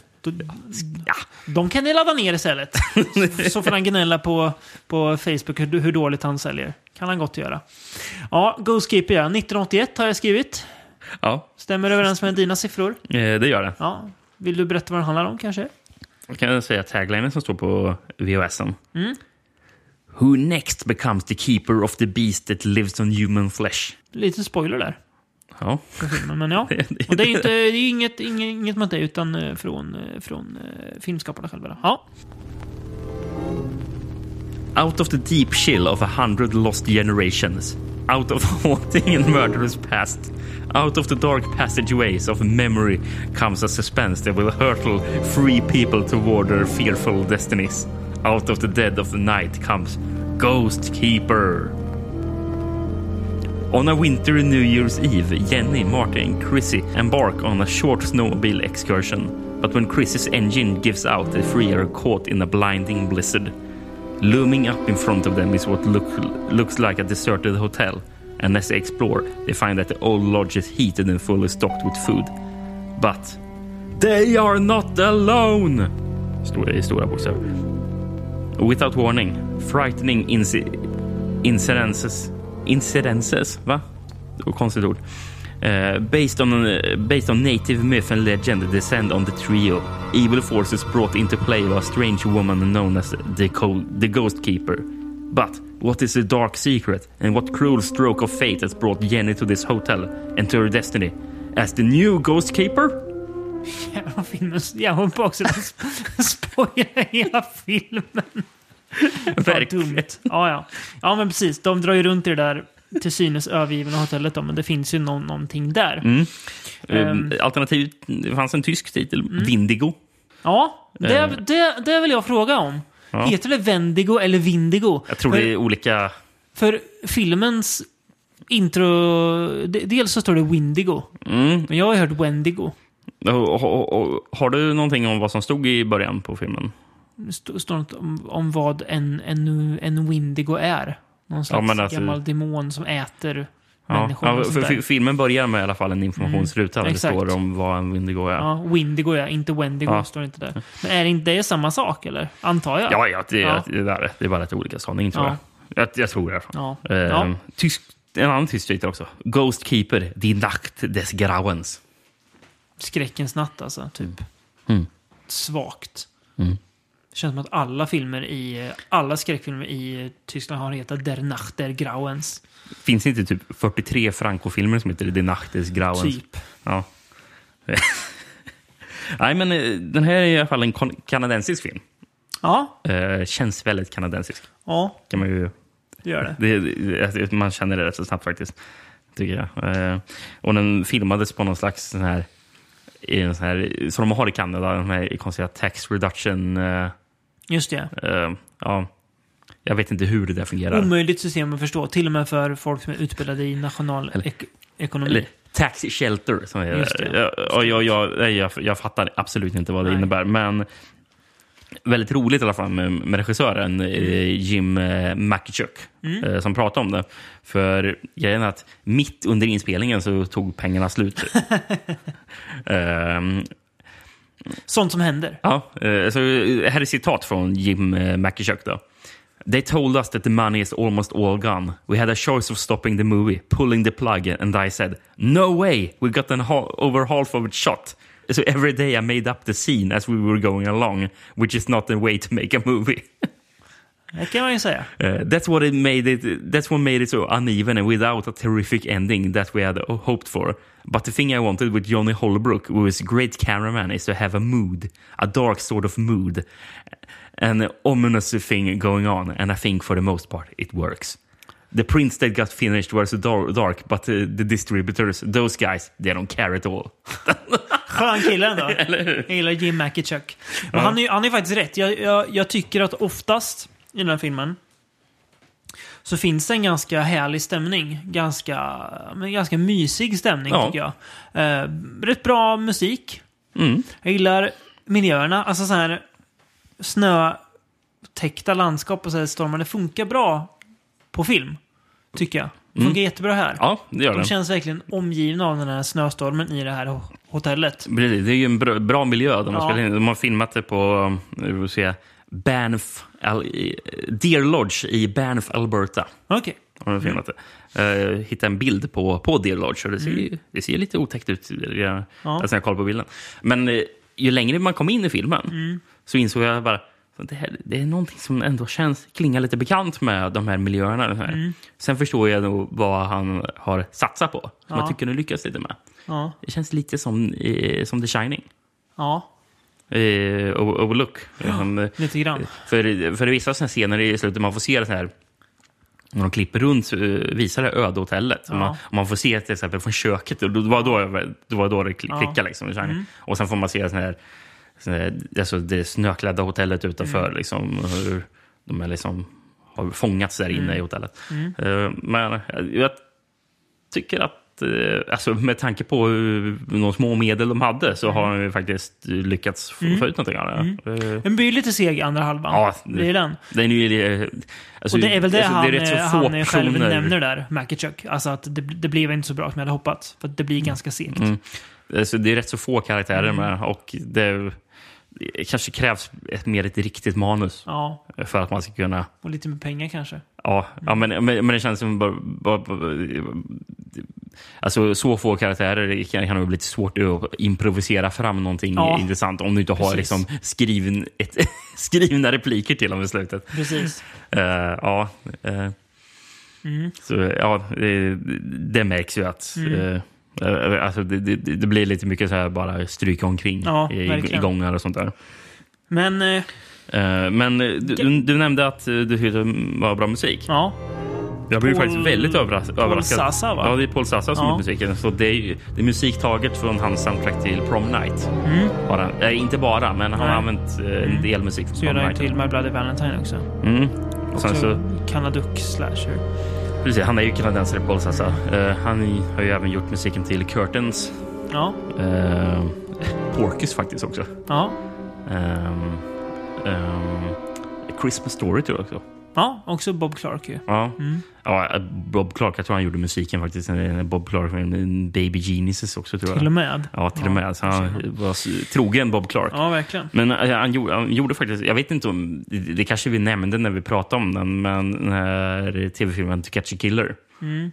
Speaker 2: Ja. De kan ni ladda ner istället. Så- Så får han gnälla på, på Facebook hur, hur dåligt han säljer. Kan han gott göra. Ja, Ghostkeeper ja. 1981 har jag skrivit.
Speaker 1: Ja,
Speaker 2: Stämmer överens med dina siffror?
Speaker 1: eh, det gör det.
Speaker 2: Ja. Vill du berätta vad den handlar om kanske?
Speaker 1: Jag kan säga taglinen som står på VHSen.
Speaker 2: Mm.
Speaker 1: Who next becomes the keeper of the beast that lives on human flesh?
Speaker 2: Lite spoiler där.
Speaker 1: Ja,
Speaker 2: på filmen, Men ja. Och det är, inte, det är ju inget, inget, inget mot det, utan eh, från, eh, från eh, filmskaparna själva. då. Ja.
Speaker 1: Out of the deep chill of a hundred lost generations. Out of haunting and murderous past. Out of the dark passageways of memory comes a suspense that will hurtle free people toward their fearful destinies. Out of the dead of the night comes Ghost Keeper. On a wintry New Year's Eve, Jenny, Marta, and Chrissy embark on a short snowmobile excursion. But when Chrissy's engine gives out, the three are caught in a blinding blizzard. Looming up in front of them is what look, looks like a deserted hotel. And as they explore, they find that the old lodge is heated and fully stocked with food. But they are not alone! Står det i stora bokstäver. Without warning, frightening inci- incidences. Incidences, va? Det var Konstigt ord. Eh, based, on, eh, based on native myth and legend descend on the trio. Evil forces brought into play by a strange woman known as the, co- the Ghost Keeper. But what is the dark secret and what cruel stroke of fate has brought Jenny to this hotel and to her destiny? As the new Ghost Keeper?
Speaker 2: Jävla filmen. Jävla baksidan sp- spoilar hela filmen. Vad dumt. Ja, ja. ja, men precis. De drar ju runt i det där till synes övergivna hotellet då, men det finns ju någon, någonting där.
Speaker 1: Mm.
Speaker 2: Ehm.
Speaker 1: Um, Alternativt, det fanns en tysk titel,
Speaker 2: Mm.
Speaker 1: Vindigo.
Speaker 2: Ja, det,
Speaker 1: Eh.
Speaker 2: det, det vill jag fråga om.
Speaker 1: Ja.
Speaker 2: Heter det Vendigo eller Vindigo?
Speaker 1: Jag tror
Speaker 2: för,
Speaker 1: det är olika...
Speaker 2: för filmens intro... de- Dels så står det Windigo,
Speaker 1: Mm.
Speaker 2: men jag har ju hört Wendigo.
Speaker 1: Och- och- och- Har du någonting om vad som stod i början på filmen?
Speaker 2: St- står något om, om vad en, en, en Windigo är. Någon slags
Speaker 1: men alltså-
Speaker 2: gammal demon som äter
Speaker 1: Ja,
Speaker 2: människor.
Speaker 1: ja,
Speaker 2: och
Speaker 1: för
Speaker 2: sånt där.
Speaker 1: fi- filmen börjar med i alla fall en informationsruta där det
Speaker 2: exakt.
Speaker 1: står om vad en Windigo är. Ja,
Speaker 2: Ja, Windigo ja, inte Wendigo
Speaker 1: Ja.
Speaker 2: står inte där. Men är det inte det är samma sak eller? Antar jag.
Speaker 1: ja, det,
Speaker 2: Ja.
Speaker 1: Det, där, det är bara lite olika stavning tror
Speaker 2: Ja.
Speaker 1: jag. jag. Jag tror det i alla fall.
Speaker 2: Ja.
Speaker 1: Ehm,
Speaker 2: Ja.
Speaker 1: Tysk, en annan tysk titel också. Ghost Keeper, Die Nacht des Grauens.
Speaker 2: Skräckens natt alltså, typ.
Speaker 1: Mm.
Speaker 2: Svagt. Det känns som att alla filmer i, alla skräckfilmer i Tyskland har hetat Der Nacht der Grauens.
Speaker 1: Finns inte typ 43 Franco-filmer som heter Die Nacht des Grauens?
Speaker 2: Typ.
Speaker 1: Ja. Nej, men eh, den här är i alla fall en kon- kanadensisk film.
Speaker 2: Ja,
Speaker 1: Eh, känns väldigt kanadensisk.
Speaker 2: ja,
Speaker 1: Kan man ju
Speaker 2: det gör det.
Speaker 1: Det, det, man känner det rätt så snabbt faktiskt, tycker jag. Eh, och den filmades på någon slags sån här, i en sån här som de har i Kanada, de här konstiga tax reduction. Eh,
Speaker 2: Just det.
Speaker 1: eh, ja, jag vet inte hur det där fungerar.
Speaker 2: Omöjligt system att förstå, till och med för folk som är utbildade i nationalekonomi.
Speaker 1: Eller tax shelter, som är
Speaker 2: Just det.
Speaker 1: Jag, och jag, jag, nej, jag, jag fattar absolut inte vad det
Speaker 2: Nej.
Speaker 1: innebär. Men väldigt roligt i alla fall med, med regissören
Speaker 2: Mm.
Speaker 1: eh, Jim eh, McChuck eh, som pratade om det. För grejen är att mitt under inspelningen så tog pengarna slut. Ehm,
Speaker 2: Sånt som händer.
Speaker 1: Ja, eh, så eh, här är citat från Jim eh, McKirschuck då. They told us that the money is almost all gone. We had a choice of stopping the movie, pulling the plug, and I said, no way! We got an ho- over half of it shot. So every day I made up the scene as we were going along, which is not the way to make a movie.
Speaker 2: Det kan man ju säga.
Speaker 1: Uh, that's what it made it. That's what made it so uneven and without a terrific ending that we had uh, hoped for. But the thing I wanted with Johnny Holbrook, who is a great cameraman, is to have a mood, a dark sort of mood, an ominous thing going on. And I think for the most part, it works. The prints that got finished were so dar- dark, but uh, the distributors, those guys, they don't care at all.
Speaker 2: Skön kille ändå. Jag gillar Jim McEchuck. Men han, är, ju- han är faktiskt rätt. Jag, jag, jag tycker att oftast i den här filmen så finns det en ganska härlig stämning. Ganska, men ganska mysig stämning
Speaker 1: Ja.
Speaker 2: tycker jag. Eh, rätt bra musik.
Speaker 1: Mm.
Speaker 2: Jag gillar miljöerna. Alltså så här snötäckta landskap och så här stormar. Det funkar bra på film. Tycker jag. Det funkar jättebra här.
Speaker 1: Mm. Ja, det gör
Speaker 2: De
Speaker 1: den.
Speaker 2: känns verkligen omgivna av den här snöstormen i det här ho- hotellet.
Speaker 1: Precis, det är ju en bra, bra miljö de har
Speaker 2: Ja.
Speaker 1: spelat in. De har filmat det på eh, vi får se, Banff, Al- i- Deer Lodge i Banff, Alberta.
Speaker 2: Okej.
Speaker 1: Har de filmat det. Eh, hittade en bild på, på Deer Lodge och det ser, ju- det ser lite otäckt ut jag,
Speaker 2: Mm. Ja.
Speaker 1: alltså när jag kollar på bilden. Men eh, ju längre man kom in i filmen
Speaker 2: Mm.
Speaker 1: så insåg jag bara att det, här, det är någonting som ändå känns, klingar lite bekant med de här miljöerna. de Här.
Speaker 2: Mm.
Speaker 1: Sen förstår jag nog vad han har satsat på, som
Speaker 2: Ja.
Speaker 1: jag tycker nu lyckas lite med.
Speaker 2: Ja.
Speaker 1: Det känns lite som, eh, som The Shining.
Speaker 2: Ja,
Speaker 1: eh, o- Overlook. Liksom, eh,
Speaker 2: lite grann.
Speaker 1: för, för vissa såna scener i slutet, man får se det så här när de klipper runt eh, visar det öde hotellet.
Speaker 2: Ja.
Speaker 1: Och man, och man får se till exempel från köket. Och då, då, var då, jag- då var då det kli-
Speaker 2: Ja. Mm.
Speaker 1: klickade. Liksom, i Shining. Och sen får man se sån här, sån här, alltså det snöklädda hotellet utanför.
Speaker 2: Mm.
Speaker 1: Liksom, och hur de är liksom, har fångats där inne i
Speaker 2: Mm.
Speaker 1: hotellet. Eh, men jag tycker att eh, Alltså med tanke på hur- de små medel de hade
Speaker 2: Mm.
Speaker 1: så har de ju faktiskt lyckats få, få ut någonting av det. Eh,
Speaker 2: Den blir ju lite seg i andra halvan.
Speaker 1: Ja,
Speaker 2: det är den.
Speaker 1: den är ju... Alltså,
Speaker 2: Och det är väl det,
Speaker 1: alltså,
Speaker 2: han,
Speaker 1: är rätt så
Speaker 2: eh,
Speaker 1: få
Speaker 2: han själv
Speaker 1: personer-
Speaker 2: nämner där, Makichuk. Alltså att det, det blev inte så bra som jag hade hoppats. För att det blir
Speaker 1: Mm.
Speaker 2: ganska segt.
Speaker 1: Alltså, det är rätt så få karaktärer
Speaker 2: Mm.
Speaker 1: med och det, det kanske krävs ett, mer ett riktigt manus
Speaker 2: Ja,
Speaker 1: för att man ska kunna...
Speaker 2: och lite med pengar kanske.
Speaker 1: Ja, ja men, men, men det känns som... Bara, bara, bara, alltså, så få karaktärer det kan, kan det bli lite svårt att improvisera fram någonting
Speaker 2: Ja.
Speaker 1: intressant om du inte har
Speaker 2: Precis.
Speaker 1: liksom, skriven, ett, skrivna repliker till dem i slutet.
Speaker 2: Precis.
Speaker 1: Eh, ja. eh.
Speaker 2: Mm.
Speaker 1: Så, ja, det, det märks ju att... eh, eh, alltså, det, det, det blir lite mycket så här bara stryka omkring
Speaker 2: Ja,
Speaker 1: i, i
Speaker 2: verkligen.
Speaker 1: gångar och sånt där.
Speaker 2: Men, eh,
Speaker 1: Eh, men eh, du, du, du nämnde att eh, du tyckte det var bra musik.
Speaker 2: ja.
Speaker 1: Jag blev ju
Speaker 2: Paul-
Speaker 1: faktiskt väldigt överras överraskad.
Speaker 2: Sasa, va?
Speaker 1: Ja, det är Paul Sassa som
Speaker 2: Ja.
Speaker 1: gjort musiken. Så det är, ju, det är musik taget från hans soundtrack till Prom Night. Har han, eh, inte bara, men han har
Speaker 2: Mm. Nej. Mm.
Speaker 1: använt eh, en del musik från
Speaker 2: Så gör
Speaker 1: Prom
Speaker 2: han ju
Speaker 1: Night.
Speaker 2: till My Bloody Valentine också.
Speaker 1: Mm. Och sen så,
Speaker 2: Kanaduk slasher.
Speaker 1: Precis, han är ju kanadensare, Paul Sassa. Eh, han har ju även gjort musiken till Curtains.
Speaker 2: Ja,
Speaker 1: Uh, Porkus faktiskt också.
Speaker 2: ja,
Speaker 1: Ehm, ehm, A Christmas Story tror jag också.
Speaker 2: ja. Också Bob Clark ju.
Speaker 1: Ja.
Speaker 2: Mm.
Speaker 1: ja, eh, Bob Clark. Jag tror han gjorde musiken faktiskt. Eh, Bob Clark, en- en Baby Geniuses också tror jag.
Speaker 2: Till och med.
Speaker 1: Ja, till och med. Så han var s- trogen Bob Clark.
Speaker 2: Ja, verkligen.
Speaker 1: Men eh, han gjorde, han gjorde faktiskt, jag vet inte om, det, det kanske vi nämnde när vi pratade om den, men den här tv-filmen To Catch a Killer. Mm.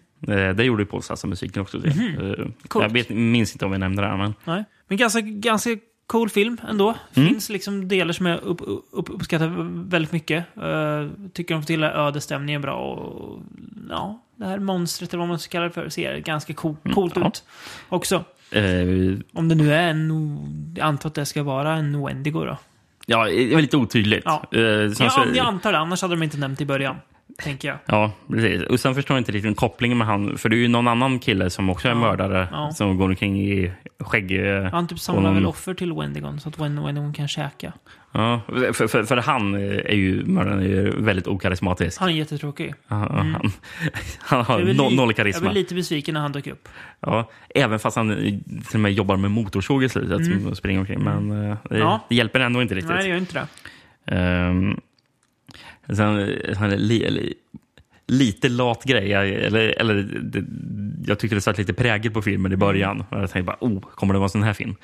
Speaker 1: Där gjorde ju Paul Sassa musiken också. till. Eh,
Speaker 2: Mhm. Coolt.
Speaker 1: Jag vet, minns inte om vi nämnde det, här, men
Speaker 2: Nej. Men ganska, ganska cool film ändå.
Speaker 1: Mm.
Speaker 2: Finns liksom delar som jag upp, upp, uppskattar väldigt mycket. Eh, tycker de får till ödesstämningen bra och ja, det här monstret eller vad man ska kalla det för ser ganska cool, coolt
Speaker 1: Mm, ja.
Speaker 2: ut också.
Speaker 1: eh,
Speaker 2: Om det nu är en, o- jag antar att det ska vara en Wendigo då.
Speaker 1: ja, det var lite otydligt.
Speaker 2: Ja.
Speaker 1: Eh, sen så-
Speaker 2: Jag, jag antar det, annars hade de inte nämnt det i början. Tänker jag.
Speaker 1: Ja, precis. Och sen förstår jag inte riktigt kopplingen med han, för det är ju någon annan kille som också är mördare
Speaker 2: Ja.
Speaker 1: som går omkring i skägg... eh,
Speaker 2: Han typ
Speaker 1: Och
Speaker 2: samlar
Speaker 1: någon-
Speaker 2: väl offer till Wendigon så att Wen- Wendigon kan käka.
Speaker 1: Ja, för, för, för han är ju, mördaren är ju väldigt okarismatisk.
Speaker 2: Han är jättetråkig.
Speaker 1: Han,
Speaker 2: Mm.
Speaker 1: han, han har
Speaker 2: Jag blir
Speaker 1: no,
Speaker 2: li-
Speaker 1: noll
Speaker 2: Jag
Speaker 1: karisma.
Speaker 2: blev lite besviken när han dök upp.
Speaker 1: Ja, även fast han eh, till och med jobbar med motorsåg i slutet och springer omkring. Men eh, det,
Speaker 2: Mm. Ja.
Speaker 1: det hjälper ändå inte riktigt.
Speaker 2: Nej, det gör inte det.
Speaker 1: Ehm, sen, eh, sen är det li, li, lite lat grej. Jag- Eller, eller, det, jag tyckte det satt lite prägel på filmen i början.
Speaker 2: Mm.
Speaker 1: Och jag tänkte bara, oh, kommer det vara en sån här film?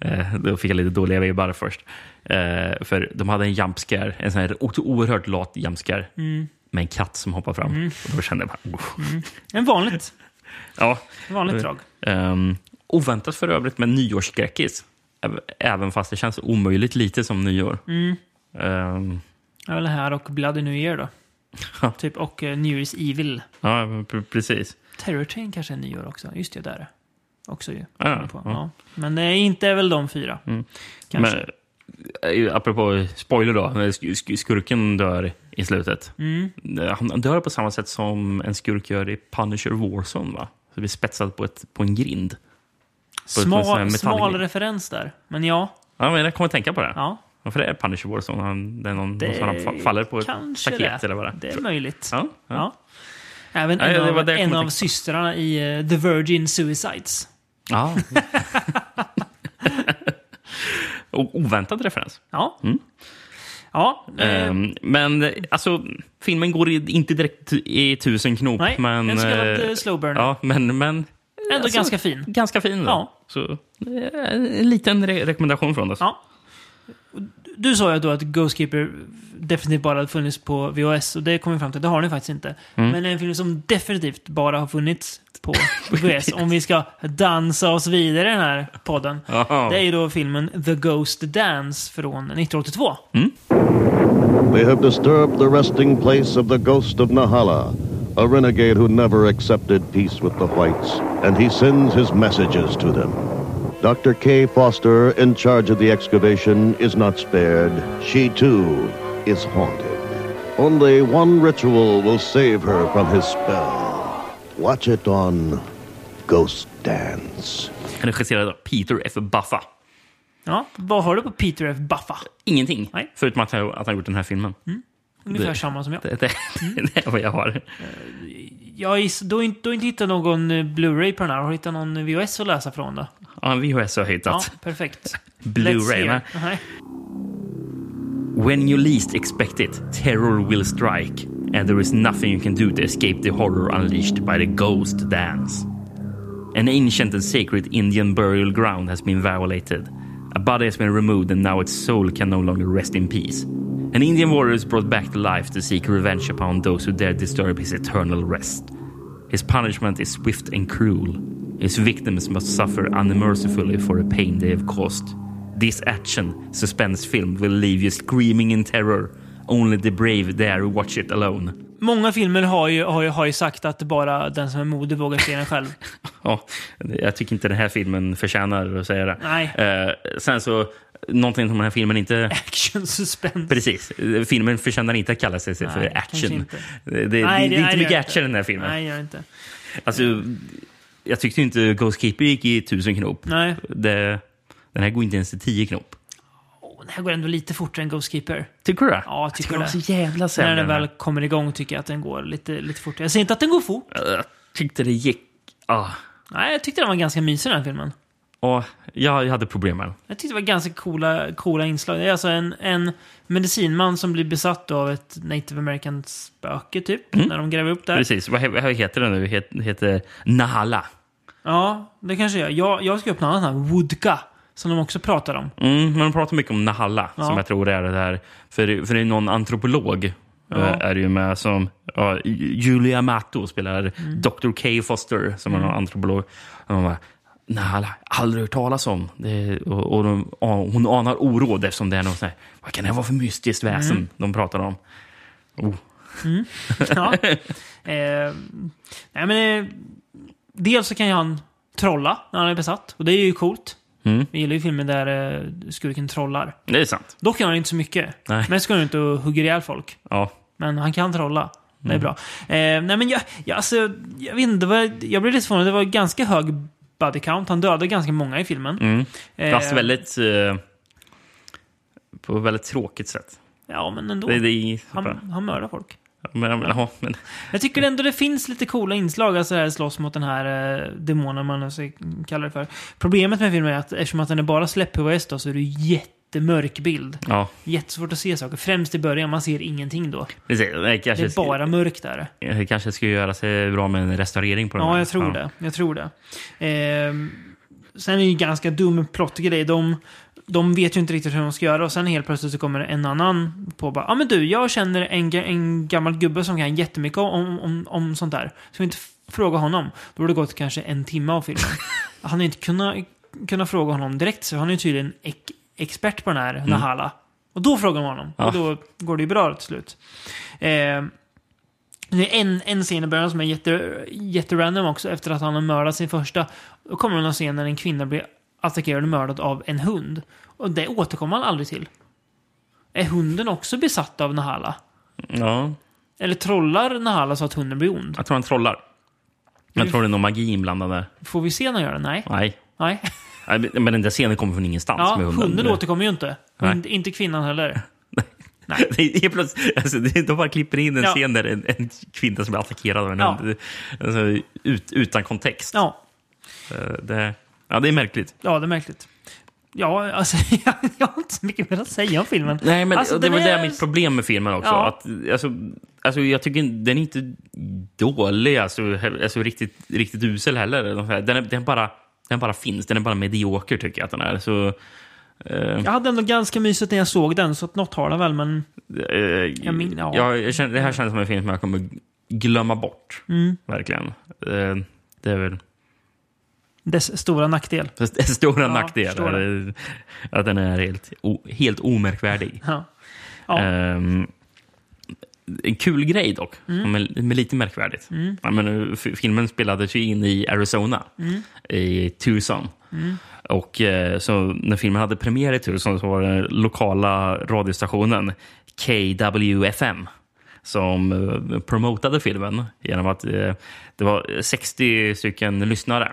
Speaker 1: Eh, då fick jag lite dåliga vibbar först. Eh, för de hade en jump scare, en sån här o- oerhört lat jump scare.
Speaker 2: Mm.
Speaker 1: Med en katt som hoppar fram. Och då kände jag bara, oh.
Speaker 2: En vanligt,
Speaker 1: Ja,
Speaker 2: vanligt drag.
Speaker 1: Ehm, oväntat för övrigt med Mm. nyårsskräckis. Äv- Även fast det känns omöjligt lite som nyår. Ehm,
Speaker 2: Ja, väl det här och Bloody New Year då. typ, och eh, New Year's Evil.
Speaker 1: Ja, men pre- precis.
Speaker 2: Terror Train kanske är nyår också. Just det, där är det. Också ju.
Speaker 1: Ja,
Speaker 2: Kommer på.
Speaker 1: ja. Mm.
Speaker 2: Ja. Men det är inte väl de fyra. Kanske.
Speaker 1: Men, eh, apropå spoiler då, när sk- sk- skurken dör i slutet.
Speaker 2: Mm.
Speaker 1: Eh, Han dör på samma sätt som en skurk gör i Punisher Warzone, va? Så blir spetsad på, ett, på en grind. en sån här
Speaker 2: Smal,
Speaker 1: metallgrej.
Speaker 2: smal referens där. Men ja,
Speaker 1: Ja, men jag kommer att tänka på det.
Speaker 2: ja
Speaker 1: Varför är det Punisher Warzone? Han, det är någon,
Speaker 2: Det
Speaker 1: någon som han fa- faller på ett
Speaker 2: kanske
Speaker 1: staket
Speaker 2: det.
Speaker 1: eller vad det är.
Speaker 2: det är möjligt.
Speaker 1: Ja, ja.
Speaker 2: Ja. Även
Speaker 1: Nej, det
Speaker 2: en
Speaker 1: var
Speaker 2: av,
Speaker 1: det jag kom
Speaker 2: en av
Speaker 1: att tänka på.
Speaker 2: systrarna i eh, The Virgin Suicides.
Speaker 1: Ja. O- Oväntad referens.
Speaker 2: Ja.
Speaker 1: Mm.
Speaker 2: Ja, eh,
Speaker 1: Ehm, men eh, alltså, filmen går i- inte direkt tu- i tusen knop.
Speaker 2: nej.
Speaker 1: men,
Speaker 2: en så kallad
Speaker 1: eh,
Speaker 2: eh, slow burn.
Speaker 1: ja, men, men ändå
Speaker 2: Ändå ganska fin.
Speaker 1: ganska fin. Då.
Speaker 2: Ja.
Speaker 1: Så, eh, en liten re- rekommendation från oss.
Speaker 2: Ja. Du sa ju då att Ghostkeeper definitivt bara hade funnits på VHS och det kom vi fram till. Det har den faktiskt inte.
Speaker 1: Mm.
Speaker 2: Men det är en film som definitivt bara har funnits på VHS. om vi ska dansa oss vidare i den här podden.
Speaker 1: Jaha.
Speaker 2: Det är ju då filmen The Ghost Dance från 1982.
Speaker 1: Mm.
Speaker 4: They have disturbed the resting place of the ghost of Nahala, a renegade who never accepted peace with the whites, and he sends his messages to them. Dr. Kay Foster, in charge of the excavation, is not spared. She, too, is haunted. Only one ritual will save her from his spell. Watch it on Ghost Dance.
Speaker 1: Regisserad av Peter F. Buffa.
Speaker 2: Ja, vad har du på Peter F. Buffa?
Speaker 1: Ingenting,
Speaker 2: Nej. Mm.
Speaker 1: förutom att han att han har gjort den här filmen.
Speaker 2: Ungefär
Speaker 1: Det-
Speaker 2: samma som jag.
Speaker 1: Det, det, det är vad jag har.
Speaker 2: Jag is, du, har inte, du har inte hittat någon eh, Blu-ray på den här. Har du hittat någon VHS att läsa från då?
Speaker 1: Ja, en VHS har jag
Speaker 2: Ja,
Speaker 1: hittat.
Speaker 2: perfekt. Let's
Speaker 1: Blu-ray.
Speaker 2: hear.
Speaker 1: men-
Speaker 2: Nej.
Speaker 1: When you least expect it, terror will strike, and there is nothing you can do to escape the horror unleashed by the ghost dance. An ancient and sacred Indian burial ground has been violated. A body has been removed, and now its soul can no longer rest in peace. An Indian warrior is brought back to life to seek revenge upon those who dare disturb his eternal rest. His punishment is swift and cruel. His victims must suffer unmercifully for the pain they have caused. This action suspense film will leave you screaming in terror. Only the brave dare watch it alone.
Speaker 2: Många filmer har ju, har, ju, har ju sagt att bara den som är modig vågar se den själv.
Speaker 1: Ja, jag tycker inte den här filmen förtjänar att säga det.
Speaker 2: Nej.
Speaker 1: Eh, sen så, någonting som den här filmen inte...
Speaker 2: Action suspense.
Speaker 1: Precis. Eh, Filmen förtjänar inte att kalla sig sig
Speaker 2: Nej,
Speaker 1: för
Speaker 2: kanske
Speaker 1: action.
Speaker 2: inte.
Speaker 1: Det, det, det,
Speaker 2: Nej,
Speaker 1: det
Speaker 2: det-
Speaker 1: är
Speaker 2: nej,
Speaker 1: inte
Speaker 2: det
Speaker 1: mycket
Speaker 2: gör
Speaker 1: action i den här filmen.
Speaker 2: Nej, gör inte.
Speaker 1: Alltså, jag tyckte ju inte Ghostkeeper gick i tusen knop.
Speaker 2: Nej.
Speaker 1: Det, den här går inte ens till tio knop.
Speaker 2: Åh, den här går ändå lite fortare än Ghostkeeper.
Speaker 1: Tycker du det?
Speaker 2: Ja, tycker
Speaker 1: jag
Speaker 2: det.
Speaker 1: var så jävla
Speaker 2: När
Speaker 1: sämre.
Speaker 2: den väl kommer igång tycker jag att den går lite, lite fortare. Jag säger inte att den går fort.
Speaker 1: Jag tyckte det gick... Ah.
Speaker 2: Nej, jag tyckte den var ganska mysig den här filmen.
Speaker 1: Och jag, jag hade problem med den.
Speaker 2: Jag tyckte det var ganska coola, coola inslag. Det är alltså en, en medicinman som blir besatt av ett native american spöke typ. När de gräver upp där.
Speaker 1: Mm. Precis. Vad, he- vad heter den nu? Het, heter Nahala.
Speaker 2: Ja, det kanske jag Jag, jag ska upp någon annan här. Woodka. Som de också pratar om.
Speaker 1: Mm, man pratar mycket om Nahalla, som jag tror är det här. För, för det är någon antropolog eh, är det ju med som... ja, Ju- Julia Mato spelar
Speaker 2: Mm.
Speaker 1: Dr. K. Foster, som är en antropolog. Och man bara, Nahalla, aldrig hört talas om. Det, och, och de, ja, hon anar oråd eftersom det är något sån här, Vad kan det vara för mystiskt väsen
Speaker 2: Mm.
Speaker 1: de pratar om? Oh.
Speaker 2: Ja. eh, nej, men, eh, dels så kan ju han trolla när han är besatt. Och det är ju coolt.
Speaker 1: Mm.
Speaker 2: Vi gillar ju filmer där eh, skurken trollar.
Speaker 1: Det är sant.
Speaker 2: Dock gör han inte så mycket.
Speaker 1: Nej.
Speaker 2: Mest går han ut och hugger ihjäl folk.
Speaker 1: Ja.
Speaker 2: Men han kan trolla. Det är
Speaker 1: Mm.
Speaker 2: bra. Eh, nej men jag, jag, alltså, jag vet inte, det var, jag blev lite förvånad. Det var ganska hög body count. Han dödade ganska många i filmen.
Speaker 1: Mm.
Speaker 2: Eh,
Speaker 1: Fast väldigt... Eh, på ett väldigt tråkigt sätt.
Speaker 2: Ja, men ändå.
Speaker 1: Det, det är,
Speaker 2: han, han mördar folk.
Speaker 1: men, men, ja, men,
Speaker 2: Jag tycker ändå det finns lite coola inslag, alltså det här slåss mot den här eh, demonen man nu ska kalla det för. Problemet med filmen är att eftersom att den är bara släppt på VHS då, så är det ju jättemörk bild.
Speaker 1: ja,
Speaker 2: Jättesvårt att se saker. Främst i början, man ser ingenting då.
Speaker 1: precis. Det
Speaker 2: Det
Speaker 1: kanske,
Speaker 2: är bara mörkt där.
Speaker 1: det Eh, kanske skulle göra sig bra med en restaurering på den
Speaker 2: Ja,
Speaker 1: här.
Speaker 2: jag tror det. Jag tror det. Ehm, sen är det ju ganska dum plottgrej. De, de vet ju inte riktigt hur de ska göra och sen helt plötsligt så kommer en annan på och bara ah, men du, jag känner en, ga- en gammal gubbe som kan jättemycket om, om, om sånt där. Ska vi inte f- fråga honom? Då har det gått kanske en timme av filmen. Han har inte kunnat, kunnat fråga honom direkt så han är ju tydligen ek, expert på den här Nahala. Och då frågar man honom.
Speaker 1: Mm. Ja.
Speaker 2: Och då går det ju bra till slut. Eh, det är en, en scen i början som är jätte, jätterandom också, efter att han har mördat sin första. Då kommer det någon scen när en kvinna blir attackerad och mördad av en hund. Och det återkommer han aldrig till. Är hunden också besatt av Nahala?
Speaker 1: Ja,
Speaker 2: Eller trollar Nahala så att hunden blir ond?
Speaker 1: jag tror han trollar. Jag tror det är någon magi inblandad där.
Speaker 2: Får vi se när han gör det? Nej.
Speaker 1: Nej.
Speaker 2: Nej.
Speaker 1: Nej, Men men den där scenen kommer från ingenstans
Speaker 2: Ja,
Speaker 1: med
Speaker 2: hunden,
Speaker 1: hunden.
Speaker 2: återkommer ju inte.
Speaker 1: Nej.
Speaker 2: Hund, inte kvinnan heller.
Speaker 1: Det är helt plötsligt, alltså, det- de bara klipper in en
Speaker 2: Ja.
Speaker 1: scen där en, en kvinna som blir attackerad av en
Speaker 2: Ja.
Speaker 1: hund. Alltså, ut, utan kontext.
Speaker 2: Ja,
Speaker 1: Eh, Det, ja, det är märkligt.
Speaker 2: ja det är märkligt. Ja, alltså, jag har inte så mycket mer att säga om filmen.
Speaker 1: Nej, men
Speaker 2: Alltså,
Speaker 1: det
Speaker 2: den
Speaker 1: var
Speaker 2: är-
Speaker 1: det mitt problem med filmen också.
Speaker 2: Ja.
Speaker 1: Att, alltså, alltså, jag tycker den är inte dålig, alltså, he- alltså riktigt, riktigt usel heller. Den, är, den, bara, den bara finns, den är bara medioker tycker jag att den är. Så,
Speaker 2: Jag hade ändå ganska mysigt när jag såg den, så att något har den väl, men
Speaker 1: eh,
Speaker 2: Jag min- ja.
Speaker 1: jag, jag känner, det här känns som en film som jag kommer glömma bort.
Speaker 2: Mm.
Speaker 1: Verkligen. Eh, det är väl
Speaker 2: dess stora nackdel.
Speaker 1: Fast det är stora
Speaker 2: Ja, förstår
Speaker 1: nackdelar. Att den är helt, o, helt omärkvärdig.
Speaker 2: Ja. Ja.
Speaker 1: Ehm, en kul grej dock, men, men lite märkvärdigt. Ja, men, eh, f- filmen spelades ju in i Arizona, i Tucson. Och eh, så när filmen hade premiär i Tucson så var det lokala radiostationen KWFM som eh, promotade filmen genom att eh, det var 60 stycken lyssnare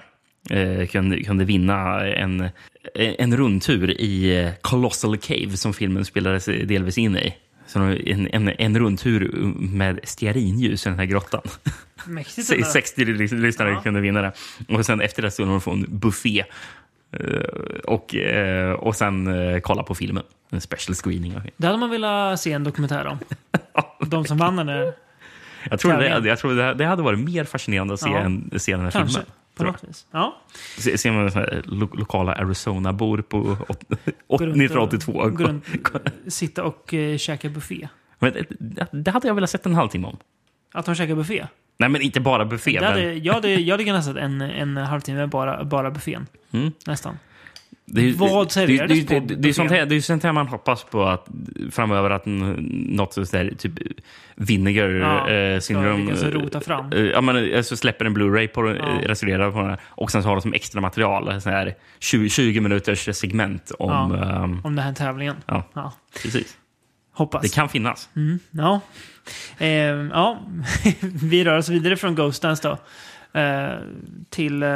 Speaker 1: eh, kunde, kunde vinna en, en rundtur i eh, Colossal Cave som filmen spelades delvis in i. Så en, en, en rundtur med stearinljus i den här grottan.
Speaker 2: Mäktigt
Speaker 1: Se-
Speaker 2: ändå.
Speaker 1: 60 lys- lyssnare kunde vinna det. Och sen efter det skulle de få en buffé eh, och, eh, och sen eh, kolla på filmen. En special screening. av filmen.
Speaker 2: Det hade man velat se en dokumentär om. De som vann den där,
Speaker 1: Jag tror,
Speaker 2: Tävlingen.
Speaker 1: det, jag tror det, det hade varit mer fascinerande att se,
Speaker 2: Ja.
Speaker 1: en, se den här
Speaker 2: kanske.
Speaker 1: filmen.
Speaker 2: På
Speaker 1: tror jag.
Speaker 2: något vis. Ja.
Speaker 1: Se- Ser man så här, lo lokala Arizona-bor på åt, åt,
Speaker 2: Gå runt och-
Speaker 1: 1982.
Speaker 2: gå runt, sitta och eh, käka buffé.
Speaker 1: Men det, det hade jag velat sett en halvtimme om.
Speaker 2: Att de käkar buffé.
Speaker 1: Nej, men inte bara buffé.
Speaker 2: Det
Speaker 1: men
Speaker 2: hade, jag, hade, jag hade kunnat sett en, en halvtimme bara, bara buffén.
Speaker 1: Mm.
Speaker 2: Nästan.
Speaker 1: det är ju-
Speaker 2: vad
Speaker 1: det är ju-
Speaker 2: serverades
Speaker 1: det är ju-
Speaker 2: på
Speaker 1: det- Det är ju sånt här-
Speaker 2: buffén?
Speaker 1: det är ju sånt här man hoppas på att framöver att n- något sånt där typ vinegar
Speaker 2: Ja,
Speaker 1: eh, syndrom.
Speaker 2: ska lyckas
Speaker 1: eh,
Speaker 2: rota fram.
Speaker 1: eh, Ja, men eh, så släpper en Blu-ray på den,
Speaker 2: Ja.
Speaker 1: eh, restaurerar på den här. och sen så har de som extra material så här 20, 20 minuters segment om...
Speaker 2: Ja.
Speaker 1: ehm,
Speaker 2: Om den här tävlingen.
Speaker 1: Ja.
Speaker 2: Ja.
Speaker 1: precis.
Speaker 2: Hoppas.
Speaker 1: Det kan finnas.
Speaker 2: Ja. Ehm, ja. Vi rör oss vidare från Ghost Dance då. Eh, till eh,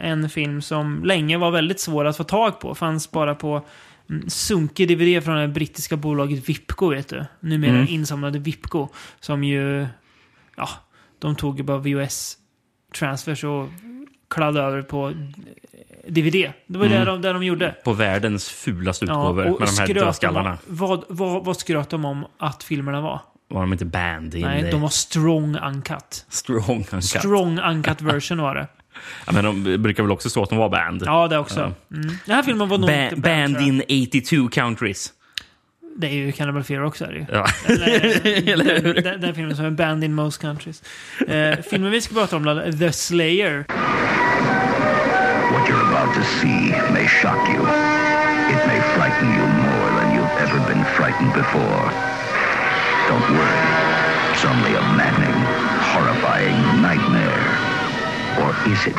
Speaker 2: en film som länge var väldigt svår att få tag på. Fanns bara på mm, sunkig DVD från det brittiska bolaget Vipco, vet du. Numera
Speaker 1: Mm.
Speaker 2: insamlade Vipco. Som ju, ja, de tog ju bara VHS transfers och kladdade över på eh, DVD. Det var det,
Speaker 1: Mm.
Speaker 2: de, det de gjorde.
Speaker 1: På världens fulaste utgåvor med de här
Speaker 2: skröt de om-
Speaker 1: dödskallarna.
Speaker 2: Vad, vad, vad skröt de om att filmerna var?
Speaker 1: Var de inte band in
Speaker 2: Nej,
Speaker 1: i
Speaker 2: de var strong uncut.
Speaker 1: strong uncut?
Speaker 2: Strong uncut version var det.
Speaker 1: Ja, men de brukar väl också stå att de var band?
Speaker 2: Ja, det också. Mm. Den här filmen var nog
Speaker 1: Ba
Speaker 2: inte bad,
Speaker 1: band
Speaker 2: tror jag.
Speaker 1: in 82 countries.
Speaker 2: Det är ju Cannibal Fear också. Är det ju.
Speaker 1: Ja.
Speaker 2: Eller hur? Den, den filmen som är banned in most countries. Eh, filmen vi ska prata om, Lalle, The Slayer.
Speaker 5: What you're about to see may shock you. It may frighten you more than you've ever been frightened before. Don't worry. It's only a maddening, horrifying nightmare. Or is it?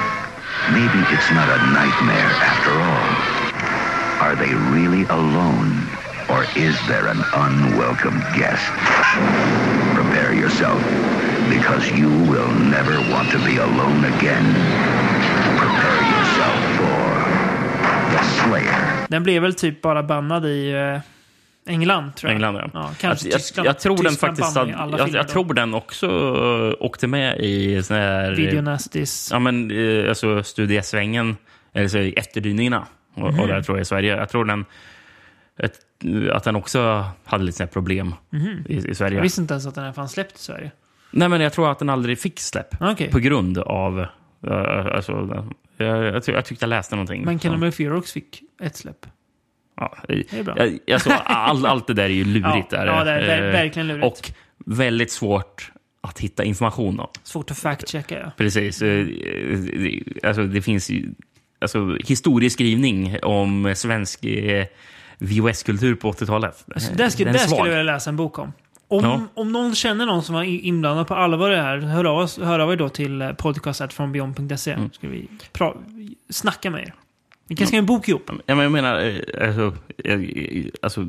Speaker 5: Maybe it's not a nightmare after all. Are they really alone? Or is there an unwelcome guest? Prepare yourself, because you will never want to be alone again. Prepare yourself for The Slayer.
Speaker 2: Den blev väl typ bara bannad i eh, England, tror jag.
Speaker 1: England, ja. Alltså,
Speaker 2: kanske
Speaker 1: jag,
Speaker 2: Tyskland.
Speaker 1: jag, jag tror den
Speaker 2: Tyskland
Speaker 1: faktiskt
Speaker 2: bannade
Speaker 1: hade,
Speaker 2: ju alla
Speaker 1: jag,
Speaker 2: filmer
Speaker 1: jag
Speaker 2: då.
Speaker 1: tror den också eh, åkte med i sån här... eh,
Speaker 2: Video Nasties.
Speaker 1: Ja, men eh, alltså studiesvängen, eller så i efterdyningarna. Och,
Speaker 2: Mhm.
Speaker 1: och där tror jag i Sverige. Jag tror den... Ett, eh, att den också hade lite sån här problem
Speaker 2: Mhm.
Speaker 1: i, i Sverige.
Speaker 2: Jag visste inte ens att den här fanns släppt i Sverige.
Speaker 1: Nej, men jag tror att den aldrig fick släpp.
Speaker 2: Okej.
Speaker 1: På grund av... eh, alltså, jag, jag, tyck- jag tyckte jag läste någonting.
Speaker 2: Men
Speaker 1: som-
Speaker 2: Cannibal Fear också fick ett släpp.
Speaker 1: Ja, i-
Speaker 2: Det är bra.
Speaker 1: i- Alltså, all, allt det där är ju lurigt.
Speaker 2: Ja,
Speaker 1: är
Speaker 2: ja, det är ver-
Speaker 1: Eh,
Speaker 2: verkligen lurigt.
Speaker 1: Och väldigt svårt att hitta information om.
Speaker 2: Svårt att fact-checka, ja.
Speaker 1: Precis. Eh, det- Alltså, det finns ju alltså, historieskrivning om svensk eh, VHS-kultur på 80-talet.
Speaker 2: Så Alltså, där skulle,
Speaker 1: Den
Speaker 2: där
Speaker 1: är
Speaker 2: skulle
Speaker 1: svag.
Speaker 2: jag vilja läsa en bok om. Om,
Speaker 1: Ja.
Speaker 2: om någon känner någon som var i- inblandad på allvar i det här, hör av, oss, hör av er då till eh, podcastetfrånbeyond.se. Skulle vi pra- snacka med er. Vi kan skriva en bok ihop.
Speaker 1: Mm. Ja, men jag menar, eh, alltså, eh, alltså,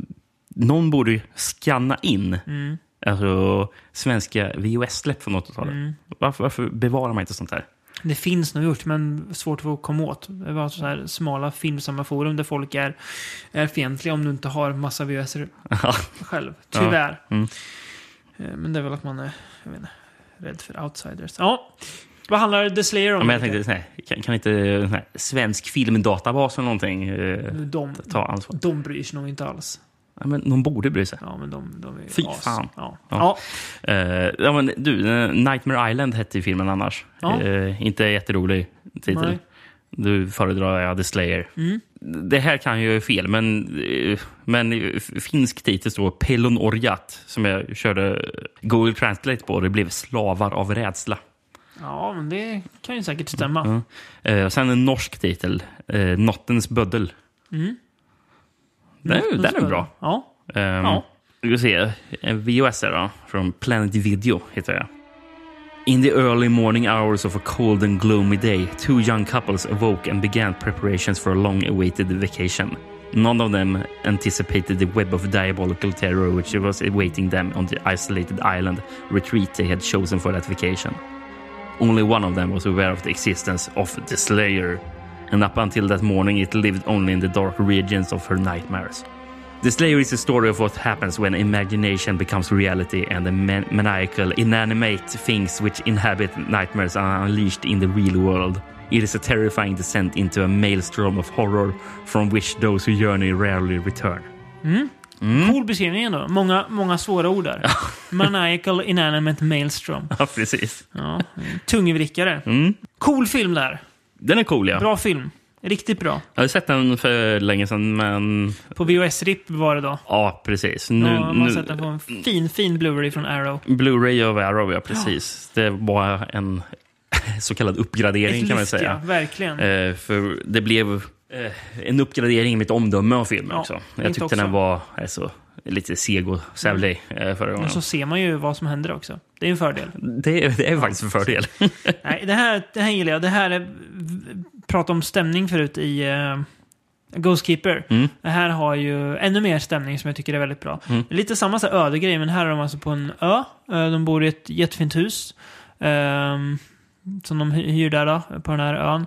Speaker 1: någon borde ju skanna in
Speaker 2: Mm.
Speaker 1: alltså, svenska VHS-släpp från 80-talet.
Speaker 2: Mm.
Speaker 1: Varför, varför bevarar man inte sånt här?
Speaker 2: Det finns nog gjort, men svårt att komma åt. Det var så här smala filmsamma forum där folk är, är fientliga om du inte har massa VHS själv. Tyvärr.
Speaker 1: Mm.
Speaker 2: Eh, Men det är väl att man är, jag vet inte, rädd för outsiders. Ja. Vad handlar The Slayer om?
Speaker 1: Ja, men jag
Speaker 2: Rickard?
Speaker 1: tänkte, så här, kan, kan inte eh, sån här, svensk filmdatabas eller någonting eh,
Speaker 2: de,
Speaker 1: ta ansvar?
Speaker 2: de bryr sig nog inte alls.
Speaker 1: Ja, men någon borde bry sig.
Speaker 2: Ja, men de, de är
Speaker 1: Fy
Speaker 2: as.
Speaker 1: fan.
Speaker 2: Ja.
Speaker 1: Ja.
Speaker 2: Ja.
Speaker 1: Eh, ja, men du, eh, Nightmare Island hette ju filmen annars.
Speaker 2: Ja.
Speaker 1: Eh, inte jätterolig titel.
Speaker 2: Nej. Mm.
Speaker 1: Du föredrar ja, The Slayer. Det här kan ju vara fel, men, eh, men eh, finsk titel står Pelon Orjat som jag körde Google Translate på. Det blev Slavar av rädsla.
Speaker 2: ja, men det kan ju säkert stämma.
Speaker 1: Eh, och sen en norsk titel, eh, Nottens böddel. Den, är- den är bra.
Speaker 2: Mm. Ja.
Speaker 1: Ehm,
Speaker 2: Ja.
Speaker 1: Vi ska se. Eh, En VHS här då, från Planet Video heter jag. In the early morning hours of a cold and gloomy day, two young couples awoke and began preparations for a long-awaited vacation. None of them anticipated the web of diabolical terror which was awaiting them on the isolated island retreat they had chosen for that vacation. Only one of them was aware of the existence of the Slayer, and up until that morning it lived only in the dark regions of her nightmares. The Slayer is a story of what happens when imagination becomes reality and the man- maniacal, inanimate things which inhabit nightmares are unleashed in the real world. It is a terrifying descent into a maelstrom of horror from which those who journey rarely return. Mm.
Speaker 2: Cool beskrivning ändå. Många, många svåra ord där. Maniacal inanimate maelstrom.
Speaker 1: Ja, precis.
Speaker 2: Ja. mm. Tungvrickare.
Speaker 1: Mm.
Speaker 2: Cool film där.
Speaker 1: Den är cool, ja.
Speaker 2: Bra film. Riktigt bra.
Speaker 1: Jag har sett den för länge sedan, men...
Speaker 2: På VHS-RIP var det då.
Speaker 1: Ja, precis. Nu,
Speaker 2: ja, man
Speaker 1: nu...
Speaker 2: har sett den på en fin, fin Blu-ray från Arrow.
Speaker 1: Blu-ray av Arrow, ja, precis. Det var en så kallad uppgradering, kan man
Speaker 2: lyft,
Speaker 1: säga.
Speaker 2: ja. Verkligen.
Speaker 1: Eh, för det blev eh, en uppgradering i mitt omdöme av filmen
Speaker 2: Ja,
Speaker 1: också.
Speaker 2: mitt
Speaker 1: Jag tyckte
Speaker 2: också.
Speaker 1: den var alltså, lite seg och sävlig eh, förra gången.
Speaker 2: Och så ser man ju vad som händer också. Det är en fördel.
Speaker 1: Det, det är faktiskt en fördel.
Speaker 2: Nej, det här, det här gillar jag. Det här är... Prata om stämning förut i uh, Ghost Keeper.
Speaker 1: Mm.
Speaker 2: Det här har ju ännu mer stämning som jag tycker är väldigt bra. Lite samma så här öde grej, men här är de alltså på en ö. Eh, De bor i ett jättefint hus. ehm, som de hy- hyr där då, på den här ön.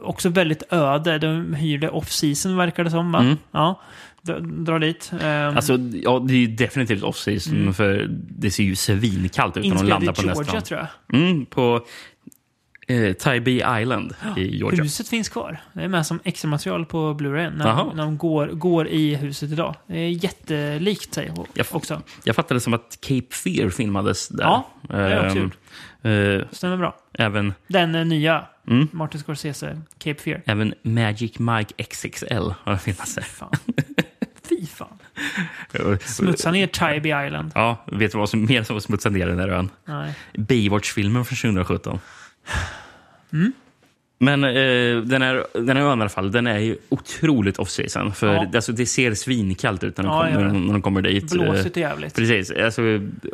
Speaker 2: Också väldigt öde. De hyr det off-season verkar det som va? Ja. D- Dra dit. Ehm,
Speaker 1: Mm. alltså, ja, det är ju definitivt off-season, för det ser ju svinkallt ut när de
Speaker 2: Mm. Inspelad i
Speaker 1: landar på
Speaker 2: Georgia
Speaker 1: nästa
Speaker 2: tror jag.
Speaker 1: mm, På eh, Tybee Island i Georgia.
Speaker 2: Huset finns kvar. Det är med som extra material på Blu-ray när,
Speaker 1: Jaha.
Speaker 2: när de går, går i huset idag. Det är jättelikt sig o-
Speaker 1: Jag f-
Speaker 2: också.
Speaker 1: Jag fattade det som att Cape Fear filmades där.
Speaker 2: Ja, det har jag också
Speaker 1: Ehm,
Speaker 2: gjort.
Speaker 1: eh,
Speaker 2: Stämmer bra.
Speaker 1: även,
Speaker 2: Den eh, nya
Speaker 1: Mm.
Speaker 2: Martin Scorsese, Cape Fear.
Speaker 1: även Magic Mike XXL har filmats där.
Speaker 2: Fan. Fy fan. Smutsa ner Tybee Island.
Speaker 1: Ja, vet du vad som mer som smutsar ner den där ön?
Speaker 2: Nej.
Speaker 1: Baywatch-filmen från 2017.
Speaker 2: Mm.
Speaker 1: Men eh, den, här, den här ön i alla fall, den är ju otroligt off-season. För
Speaker 2: Ja.
Speaker 1: alltså, det ser svinkallt ut när de,
Speaker 2: Ja,
Speaker 1: kommer,
Speaker 2: ja.
Speaker 1: när de kommer dit.
Speaker 2: Blåsigt
Speaker 1: Eh,
Speaker 2: och jävligt.
Speaker 1: Precis. Alltså,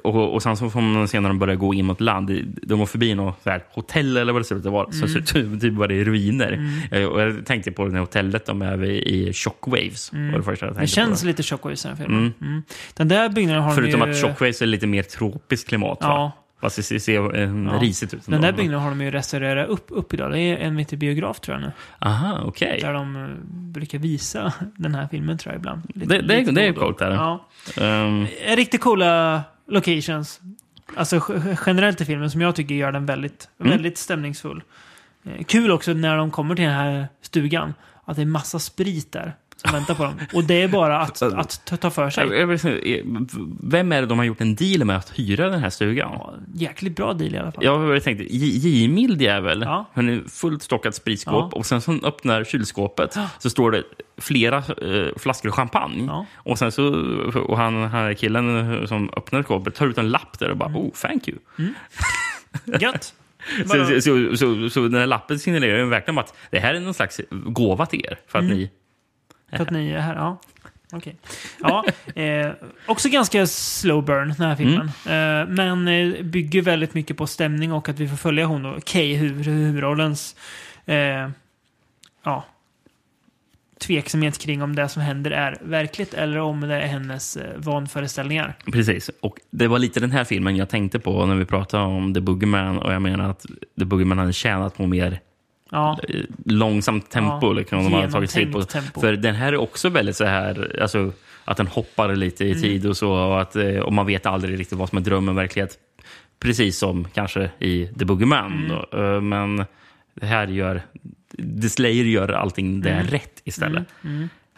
Speaker 1: och, och sen så får man se när de börjar gå in mot land. De var förbi något så här, hotell eller vad det ser ut att vara.
Speaker 2: Mm.
Speaker 1: Så, så, typ, typ var det ruiner. Eh, och jag tänkte på det här hotellet de är vid, i Shockwaves. Var det, första jag
Speaker 2: Mm. Det
Speaker 1: tänkte på.
Speaker 2: känns lite Shockwaves i den här filmen. Mm. Den där byggnaden har de
Speaker 1: Förutom
Speaker 2: ju...
Speaker 1: att Shockwaves är lite mer tropiskt klimat.
Speaker 2: Ja.
Speaker 1: Va? Fast det ser, ser eh,
Speaker 2: Ja.
Speaker 1: risigt ut.
Speaker 2: Den där byggnaden har de ju restaurerat upp, upp idag. Det är en mitt i biograf tror jag nu.
Speaker 1: Aha, okej.
Speaker 2: Där de eh, brukar visa den här filmen tror jag ibland. Lite-
Speaker 1: Det, det, är-
Speaker 2: lite
Speaker 1: det är
Speaker 2: då och då.
Speaker 1: coolt. Där.
Speaker 2: Ja.
Speaker 1: Ehm,
Speaker 2: Eh, riktigt coola locations. Alltså ge- generellt i filmen som jag tycker gör den väldigt, väldigt stämningsfull. Eh, Kul också när de kommer till den här stugan. Att det är massa sprit där som väntar på dem. Och det är bara att, att ta- ta för sig.
Speaker 1: jag vill se, eh, vem är det de har gjort en deal med att hyra den här stugan?
Speaker 2: Jäkligt bra deal i alla fall.
Speaker 1: Jag tänkte, J- givmild jävel.
Speaker 2: Ja.
Speaker 1: Hon är fullt stockat spritskåp
Speaker 2: Ja.
Speaker 1: och sen så hon öppnar kylskåpet så står det flera eh, flaskor champagne.
Speaker 2: Ja.
Speaker 1: Och sen så, och han, han killen som öppnar skåpet tar ut en lapp där och bara oh, thank you.
Speaker 2: Gött!
Speaker 1: Så,
Speaker 2: Bara-
Speaker 1: så, så, så, så den här lappen signalerar ju verkligen om att det här är någon slags gåva till er. För att ni...
Speaker 2: För att ni är här. Ja. Okej. Ja, eh, också ganska slow burn, den här filmen.
Speaker 1: Mm.
Speaker 2: Eh, men eh, bygger väldigt mycket på stämning och att vi får följa hon då, Kay, huvud, huvudrollens, eh, ja, tveksamhet kring om det som händer är verkligt eller om det är hennes eh, vanföreställningar.
Speaker 1: Precis. Och det var lite den här filmen jag tänkte på när vi pratade om The Boogeyman. Och jag menar att The Boogeyman hade tjänat på mer
Speaker 2: Ja,
Speaker 1: eh, långsamt tempo.
Speaker 2: Ja,
Speaker 1: liksom, om de hade tagit tid på.
Speaker 2: genomtänkt tempo.
Speaker 1: För den här är också väldigt så här... Alltså, att den hoppar lite
Speaker 2: Mm.
Speaker 1: i tid och så. Och, att, eh, och man vet aldrig riktigt vad som är dröm och verklighet. Precis som kanske i The Boogeyman.
Speaker 2: Mm.
Speaker 1: då. Eh, Men det här gör... The Slayer gör allting det
Speaker 2: Mm.
Speaker 1: rätt istället.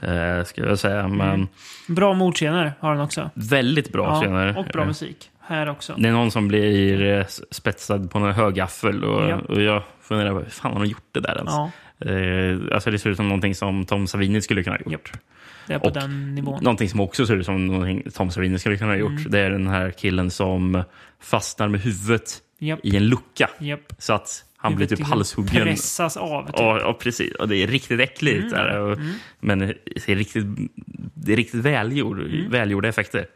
Speaker 1: eh, Ska jag säga. Men
Speaker 2: bra mordscener har den också.
Speaker 1: väldigt bra
Speaker 2: Mm. Ja,
Speaker 1: scener.
Speaker 2: och bra
Speaker 1: Eh,
Speaker 2: musik. Här också.
Speaker 1: Det är någon som blir eh, s- spetsad på en högaffel och,
Speaker 2: Ja.
Speaker 1: och jag funderar, hur fan har de gjort det där ens?
Speaker 2: Ja,
Speaker 1: Eh, alltså det ser ut som någonting som Tom Savini skulle kunna ha gjort.
Speaker 2: det är på
Speaker 1: och
Speaker 2: den nivån.
Speaker 1: Någonting som också ser ut som någonting Tom Savini skulle kunna ha gjort,
Speaker 2: Mm.
Speaker 1: det är den här killen som fastnar med huvudet
Speaker 2: Japp,
Speaker 1: i en lucka.
Speaker 2: japp.
Speaker 1: Så att han blir typ
Speaker 2: Huvudet
Speaker 1: halshuggen.
Speaker 2: Pressas av. Typ.
Speaker 1: Ja, ja, precis. Och det är riktigt äckligt.
Speaker 2: Mm.
Speaker 1: Där. Och, Men det är riktigt, det är riktigt välgjord,
Speaker 2: Mm.
Speaker 1: välgjorda effekter.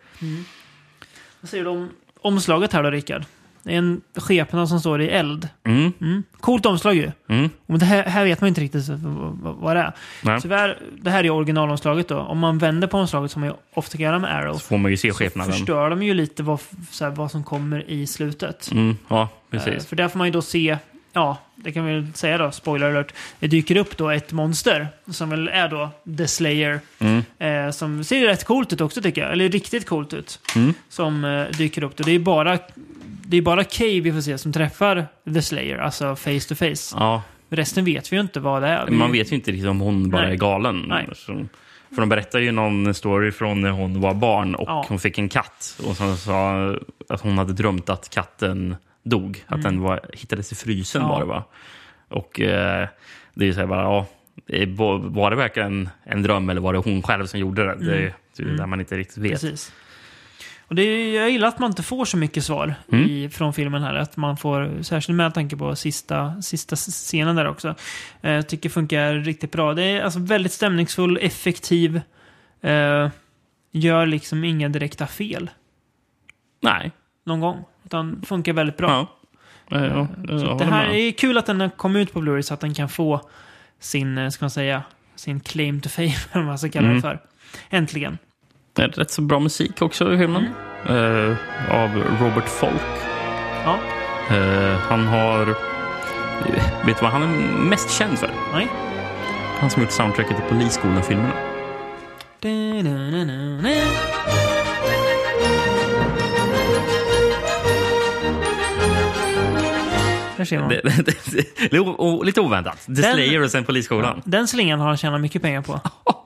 Speaker 2: Vad säger du om omslaget här då, Rickard? Det är en skepnad som står i eld.
Speaker 1: Mm.
Speaker 2: Coolt omslag ju.
Speaker 1: Mm.
Speaker 2: Och det här, här vet man inte riktigt så- vad, vad- vad det är.
Speaker 1: Nej.
Speaker 2: Tyvärr, det här är originalomslaget då. Om man vänder på omslaget som man ju ofta kan göra med Arrow,
Speaker 1: Så får man ju se
Speaker 2: så
Speaker 1: skepnaden.
Speaker 2: förstör de ju lite vad, f- så här, vad som kommer i slutet.
Speaker 1: Mm, ja,
Speaker 2: Eh,
Speaker 1: precis.
Speaker 2: För där får man ju då se, ja, det kan vi väl säga då, spoiler alert. Det dyker upp då ett monster som väl är då The Slayer.
Speaker 1: Mm.
Speaker 2: Eh, som ser ju rätt coolt ut också tycker jag, eller riktigt coolt ut.
Speaker 1: Mm.
Speaker 2: Som eh, dyker upp då. Det är bara det är bara Kay vi får se som träffar The Slayer, alltså face to face.
Speaker 1: Ja,
Speaker 2: Resten vet vi ju inte vad det är. Vi-
Speaker 1: man vet ju inte riktigt om hon bara
Speaker 2: Nej.
Speaker 1: är galen.
Speaker 2: Nej.
Speaker 1: Så- För de berättar ju någon story från när hon var barn och
Speaker 2: Ja.
Speaker 1: hon fick en katt. Och sen sa att hon hade drömt att katten dog. Att den var, hittades i frysen
Speaker 2: Mm. Ja.
Speaker 1: var det va? Och eh, det är ju så här bara, ja. eh, va- Var det verkligen en dröm eller var det hon själv som gjorde det? Det är ju det är ju där man inte riktigt vet.
Speaker 2: Mm. Precis. Och det är, jag gillar att man inte får så mycket svar i,
Speaker 1: Mm.
Speaker 2: från filmen här. Att man får, särskilt med tanke på sista, sista scenen där också. Eh, Jag tycker funkar riktigt bra. Det är alltså väldigt stämningsfull, effektiv. Eh, gör liksom inga direkta fel
Speaker 1: Nej.
Speaker 2: någon gång. Utan funkar väldigt bra.
Speaker 1: Ja. Ja, ja, jag
Speaker 2: Det
Speaker 1: håller
Speaker 2: här
Speaker 1: med.
Speaker 2: är kul att den kom ut på Blu-ray så att den kan få sin, eh, ska man säga, sin claim to fame, eller vad man ska kalla det
Speaker 1: Mm.
Speaker 2: för. Äntligen.
Speaker 1: Det är rätt så bra musik också i filmen.
Speaker 2: Mm.
Speaker 1: Eh, av Robert Folk.
Speaker 2: Ja,
Speaker 1: Eh, han har... Vet du vad han är mest känd för?
Speaker 2: nej.
Speaker 1: Han som gjort soundtracket till Polisskolan-filmerna.
Speaker 2: Da-da-da-da-da. Där ser man.
Speaker 1: Det- det- det- det är o- o- Lite oväntat. The
Speaker 2: Den-
Speaker 1: Slayer och sen Polisskolan.
Speaker 2: Den slingan har han tjänat mycket pengar på.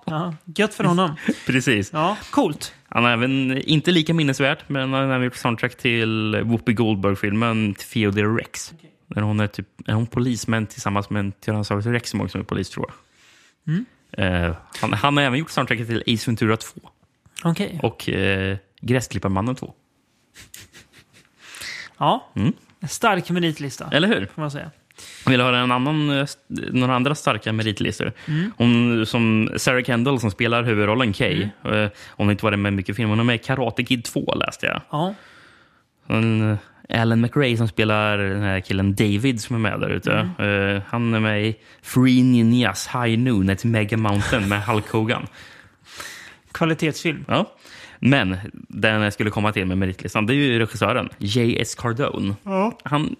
Speaker 2: Ja, gött för honom.
Speaker 1: Precis.
Speaker 2: Ja, coolt.
Speaker 1: Han har även, inte lika minnesvärt, men han har även gjort soundtrack till Whoopi Goldberg-filmen Theodore Rex. Där hon är, typ, är hon polismän tillsammans med en Tyrannosaurus Rex som också är polis, tror jag.
Speaker 2: Mm.
Speaker 1: Eh, han, han har även gjort soundtracket till Ace Ventura 2
Speaker 2: Okej.
Speaker 1: och eh, Gräsklipparmannen 2.
Speaker 2: Ja.
Speaker 1: Mm.
Speaker 2: Stark meritlista,
Speaker 1: Eller hur?
Speaker 2: får man säga.
Speaker 1: vill höra en annan, eh, st- några andra starka meritlistor. Hon, som Sarah Kendall som spelar huvudrollen Kay. Eh, Hon har inte varit med i mycket film. Hon är med i Karate Kid 2 läste jag.
Speaker 2: Ja.
Speaker 1: Hon, eh, Alan McRae som spelar den här killen David som är med där ute. Eh, Han är med i Free Ninjas High Noon at Mega Mountain med Hulk Hogan.
Speaker 2: Kvalitetsfilm.
Speaker 1: Ja. Men den jag skulle komma till med meritlistan, det är ju regissören J.S. Cardone. Han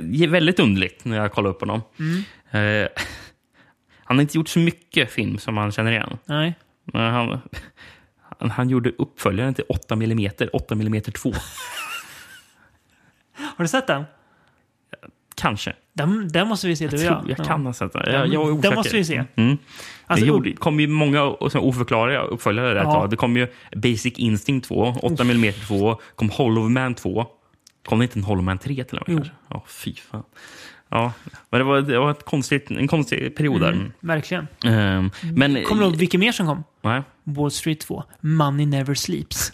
Speaker 1: det är väldigt underligt när jag kollar upp honom.
Speaker 2: Mm.
Speaker 1: Eh, han har inte gjort så mycket film som man känner igen.
Speaker 2: Nej.
Speaker 1: Men han, han, han gjorde uppföljaren till 8 mm, 8 mm 2.
Speaker 2: Har du sett den?
Speaker 1: Kanske.
Speaker 2: Den, den måste vi se, du och
Speaker 1: Jag, tror,
Speaker 2: jag.
Speaker 1: jag
Speaker 2: Ja.
Speaker 1: kan ha sett den. Jag, jag är
Speaker 2: Den
Speaker 1: osäker.
Speaker 2: måste vi se.
Speaker 1: Mm.
Speaker 2: Alltså,
Speaker 1: det gjorde, kom ju många och så oförklarliga uppföljare där ett
Speaker 2: Ja.
Speaker 1: tag. Det kom ju Basic Instinct 2, 8 mm 2, kom Hollow Man 2. Kom det inte en Hollow Man 3 till och med?
Speaker 2: Jo.
Speaker 1: kanske? Ja, fy fan. Ja, men det var, det var ett konstigt, en konstig period där.
Speaker 2: Verkligen.
Speaker 1: Ehm, men...
Speaker 2: Mm. Kommer du ihåg vilka mer som kom?
Speaker 1: Nej.
Speaker 2: Wall Street 2, Money Never Sleeps.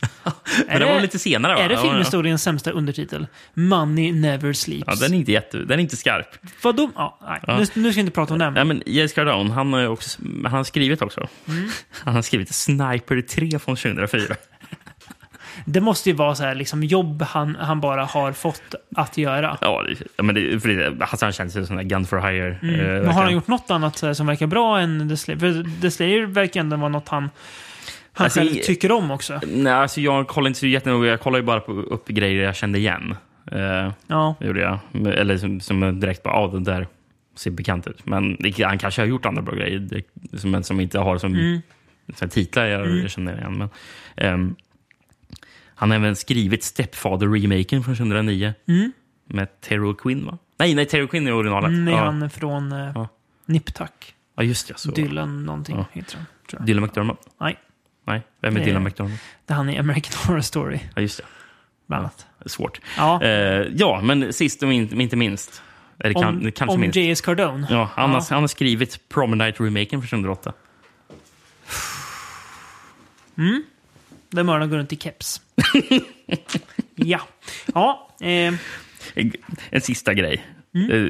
Speaker 1: Men det var lite senare, va?
Speaker 2: Är det
Speaker 1: Ja, ja.
Speaker 2: filmhistoriens sämsta undertitel? Money Never Sleeps.
Speaker 1: Ja, den är inte, jätte, den är inte skarp.
Speaker 2: Vadå? Ja, nej. Nu, nu ska vi inte prata om den.
Speaker 1: Nej, men James Cardone, han har, ju också, han har skrivit också.
Speaker 2: Mm.
Speaker 1: Han har skrivit Sniper 3 från 2004.
Speaker 2: Det måste ju vara så här, liksom, jobb han, han bara har fått att göra.
Speaker 1: Ja, det- ja, men det, för det, alltså han känns ju som en gun for hire. eh,
Speaker 2: Mm. Men har
Speaker 1: verkligen.
Speaker 2: han gjort något annat så här, som verkar bra än The Slayer? För The Slayer verkar ändå vara något han, han
Speaker 1: Alltså,
Speaker 2: själv
Speaker 1: i-
Speaker 2: tycker om också.
Speaker 1: Nej, alltså jag kollar inte så jättenoga. Jag kollar ju bara på, upp grejer jag kände igen. Eh,
Speaker 2: Ja.
Speaker 1: det gjorde jag. Eller som, som jag direkt bara, ja, den där ser bekant ut. Men det- han kanske har gjort andra bra grejer det, som, men som inte har som,
Speaker 2: Mm.
Speaker 1: som titlar jag känner igen. Men, ehm, han har även skrivit Stepfather-remaken från 2009 med Terry Quinn, va? Nej, nej, Terry Quinn är originalet.
Speaker 2: Mm, är
Speaker 1: ja.
Speaker 2: han från eh,
Speaker 1: Ja.
Speaker 2: Niptak?
Speaker 1: ja, just det. Så.
Speaker 2: Dylan någonting
Speaker 1: Ja.
Speaker 2: heter han. Tror jag.
Speaker 1: Dylan McDermott?
Speaker 2: Nej,
Speaker 1: Nej, vem är
Speaker 2: Nej.
Speaker 1: Dylan McDermott?
Speaker 2: det är han i American Horror Story,
Speaker 1: Ja, just det.
Speaker 2: bland annat.
Speaker 1: Svårt.
Speaker 2: Ja.
Speaker 1: Eh, ja, men sist och in, inte minst. Eller kan,
Speaker 2: om
Speaker 1: kanske
Speaker 2: om
Speaker 1: minst.
Speaker 2: J.S. Cardone.
Speaker 1: Ja, han, Har, han har skrivit Promenade-remaken för 2008.
Speaker 2: Där mördaren går runt i keps. ja. Ja. Eh,
Speaker 1: En, en sista grej. Eh,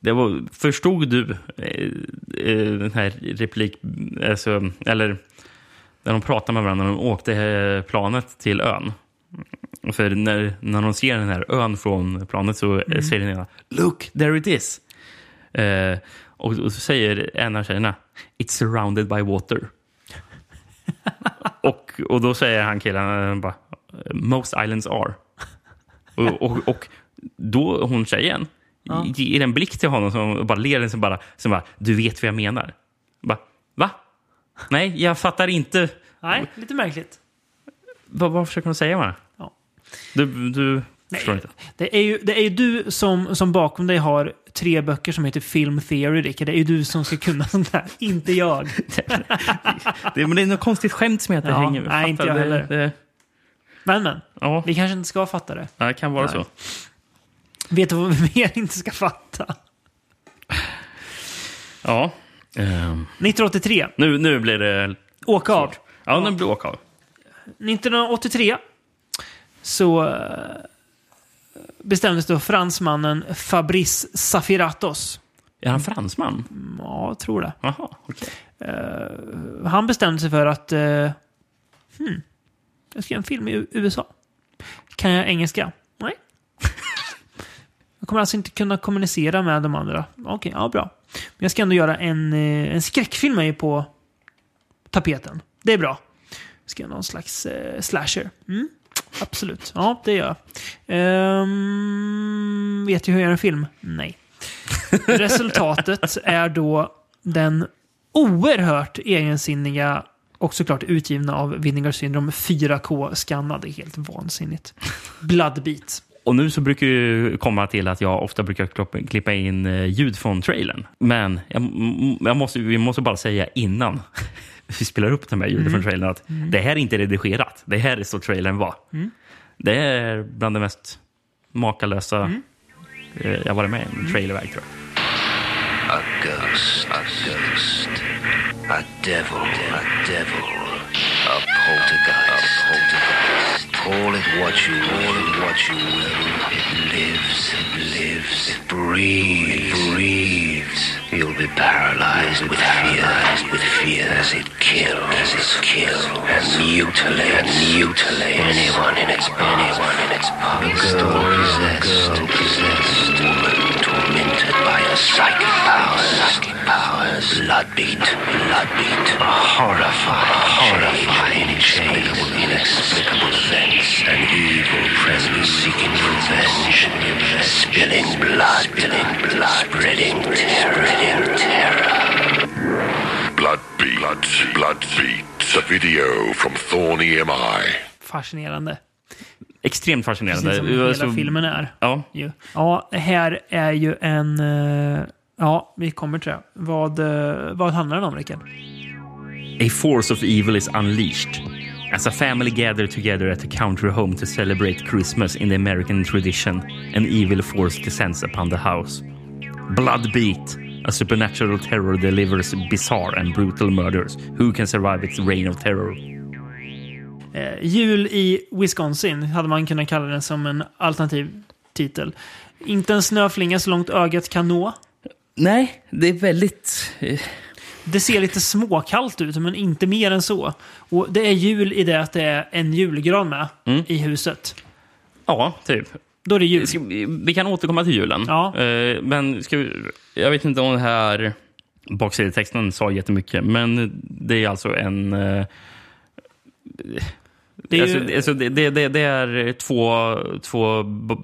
Speaker 1: Det var, förstod du eh, eh, den här replik... Alltså, eller när de pratade med varandra när de åkte eh, planet till ön. För när, när de ser den här ön från planet så mm. säger den ena “Look, there it is!” eh, och, och så säger en av tjejerna “It's surrounded by water”. och, och då säger han killen eh, bara “Most islands are”. Och, och, och då hon tjejen ger en blick till honom som bara ler som bara, som bara “Du vet vad jag menar”. Bara, Va? Nej, jag fattar inte.
Speaker 2: nej, lite märkligt.
Speaker 1: Vad, vad försöker hon säga med det?
Speaker 2: Ja.
Speaker 1: Du, du förstår inte?
Speaker 2: Det är ju, det är ju du som, som bakom dig har tre böcker som heter Film Theory, Rickard. Det är ju du som ska kunna sånt här, inte jag.
Speaker 1: Det, men det är något konstigt skämt som jag inte
Speaker 2: Ja,
Speaker 1: hänger
Speaker 2: nej,
Speaker 1: fattar.
Speaker 2: inte jag heller.
Speaker 1: Det, det,
Speaker 2: Men, men.
Speaker 1: ja,
Speaker 2: Vi kanske inte ska fatta det.
Speaker 1: det kan vara så.
Speaker 2: Vet du vad vi mer inte ska fatta?
Speaker 1: Ja. Ehm,
Speaker 2: 1983.
Speaker 1: nu, nu blir det...
Speaker 2: Åka av.
Speaker 1: Ja, nu blir det åka av.
Speaker 2: 1983 så eh, bestämdes då fransmannen Fabrice Safiratos.
Speaker 1: Är han fransman?
Speaker 2: Ja, jag tror det.
Speaker 1: Jaha, okej.
Speaker 2: Han bestämde sig för att eh, hmm, jag ska göra en film i U- USA. Kan jag engelska? Nej. jag kommer alltså inte kunna kommunicera med de andra. Okej, ja bra. Men jag ska ändå göra en, eh, en skräckfilm är ju på tapeten. Det är bra. Jag ska göra någon slags eh, slasher. Mm? Absolut. Ja, det gör jag. Ehm, vet du hur jag gör en film? Nej. Resultatet är då den oerhört egensinniga och såklart utgivna av Winninger Syndrome 4K-skannad. Det är helt vansinnigt. Bloodbeat.
Speaker 1: Och nu så brukar ju komma till att jag ofta brukar kloppa- klippa in eh, ljud från trailern. Men jag, m- jag måste, vi måste bara säga innan vi spelar upp de här
Speaker 2: Mm.
Speaker 1: ljuden från trailern att det här är inte redigerat. Det här är så trailern var.
Speaker 2: Mm.
Speaker 1: Det är bland det mest makalösa
Speaker 2: Mm.
Speaker 1: eh, jag varit med i en trailerväg tror jag.
Speaker 5: A ghost, a ghost, a devil, a devil, a poltergeist, a poltergeist. Call it what you will, what you will. It lives, it lives, it breathes, it breathes. You'll be paralyzed with fear, with fear as it kills, as it kills, and mutilates, mutilates anyone in its path. Anyone in its path. A girl possessed, girl possessed, woman tormented by a psychic power, psychic powers, bloodbeat, bloodbeat, a horrifying, horrifying chain of inexplicable events, an evil presence seeking revenge, spilling blood, spilling blood, spreading terror, terror, terror.
Speaker 6: Bloodbeat. Bloodbeat. Bloodbeat. A video from Thorny MI.
Speaker 2: Fascinerande.
Speaker 1: Extremt fascinerande.
Speaker 2: Precis som
Speaker 1: Det var
Speaker 2: hela
Speaker 1: så-
Speaker 2: filmen är.
Speaker 1: Ja,
Speaker 2: Ju. Ja, här är ju en... eh, Ja, vi kommer till det. Vad, eh, vad handlar den om, Rickard?
Speaker 1: A force of evil is unleashed as a family gather together at a country home to celebrate Christmas in the American tradition. An evil force descends upon the house, Bloodbeat, a supernatural terror delivers bizarre and brutal murders. Who can survive its reign of terror?
Speaker 2: Eh, Jul i Wisconsin hade man kunnat kalla den som en alternativ titel. Inte en snöflinga så långt ögat kan nå.
Speaker 1: Nej, det är väldigt... eh,
Speaker 2: Det ser lite småkallt ut, men inte mer än så. Och det är jul i det att det är en julgran med i huset.
Speaker 1: Ja, typ.
Speaker 2: Då är det jul.
Speaker 1: Mm. Ska vi- Vi kan återkomma till julen.
Speaker 2: Ja.
Speaker 1: Eh, Men ska vi, jag vet inte om den här baksidetexten sa jättemycket, men det är alltså en... eh,
Speaker 2: Det är
Speaker 1: alltså,
Speaker 2: ju-
Speaker 1: alltså, det, det, det, det är två, två b-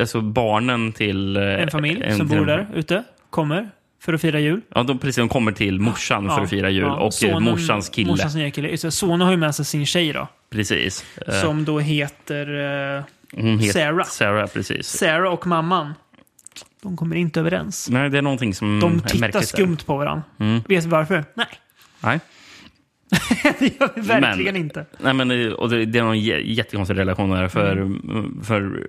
Speaker 1: alltså barnen till... eh,
Speaker 2: En familj som bor där ute kommer för att fira jul.
Speaker 1: Ja, de, precis. De kommer till morsan för
Speaker 2: Ja,
Speaker 1: att fira jul
Speaker 2: ja.
Speaker 1: och eh, morsans kille.
Speaker 2: Morsans nya kille. Så sonen har ju med sig sin tjej då.
Speaker 1: Precis. Eh,
Speaker 2: Som då heter eh,
Speaker 1: hon heter
Speaker 2: Sarah.
Speaker 1: Sarah, precis.
Speaker 2: Sarah och mamman. De kommer inte överens.
Speaker 1: Nej, det är någonting som
Speaker 2: De
Speaker 1: är
Speaker 2: tittar
Speaker 1: märkligt där.
Speaker 2: skumt på varandra.
Speaker 1: Mm.
Speaker 2: Vet vi varför? Nej,
Speaker 1: Nej.
Speaker 2: det gör vi verkligen
Speaker 1: Men-
Speaker 2: inte.
Speaker 1: Nej, men, eh, och det, det är en jä- jättekonstig relation där. För, för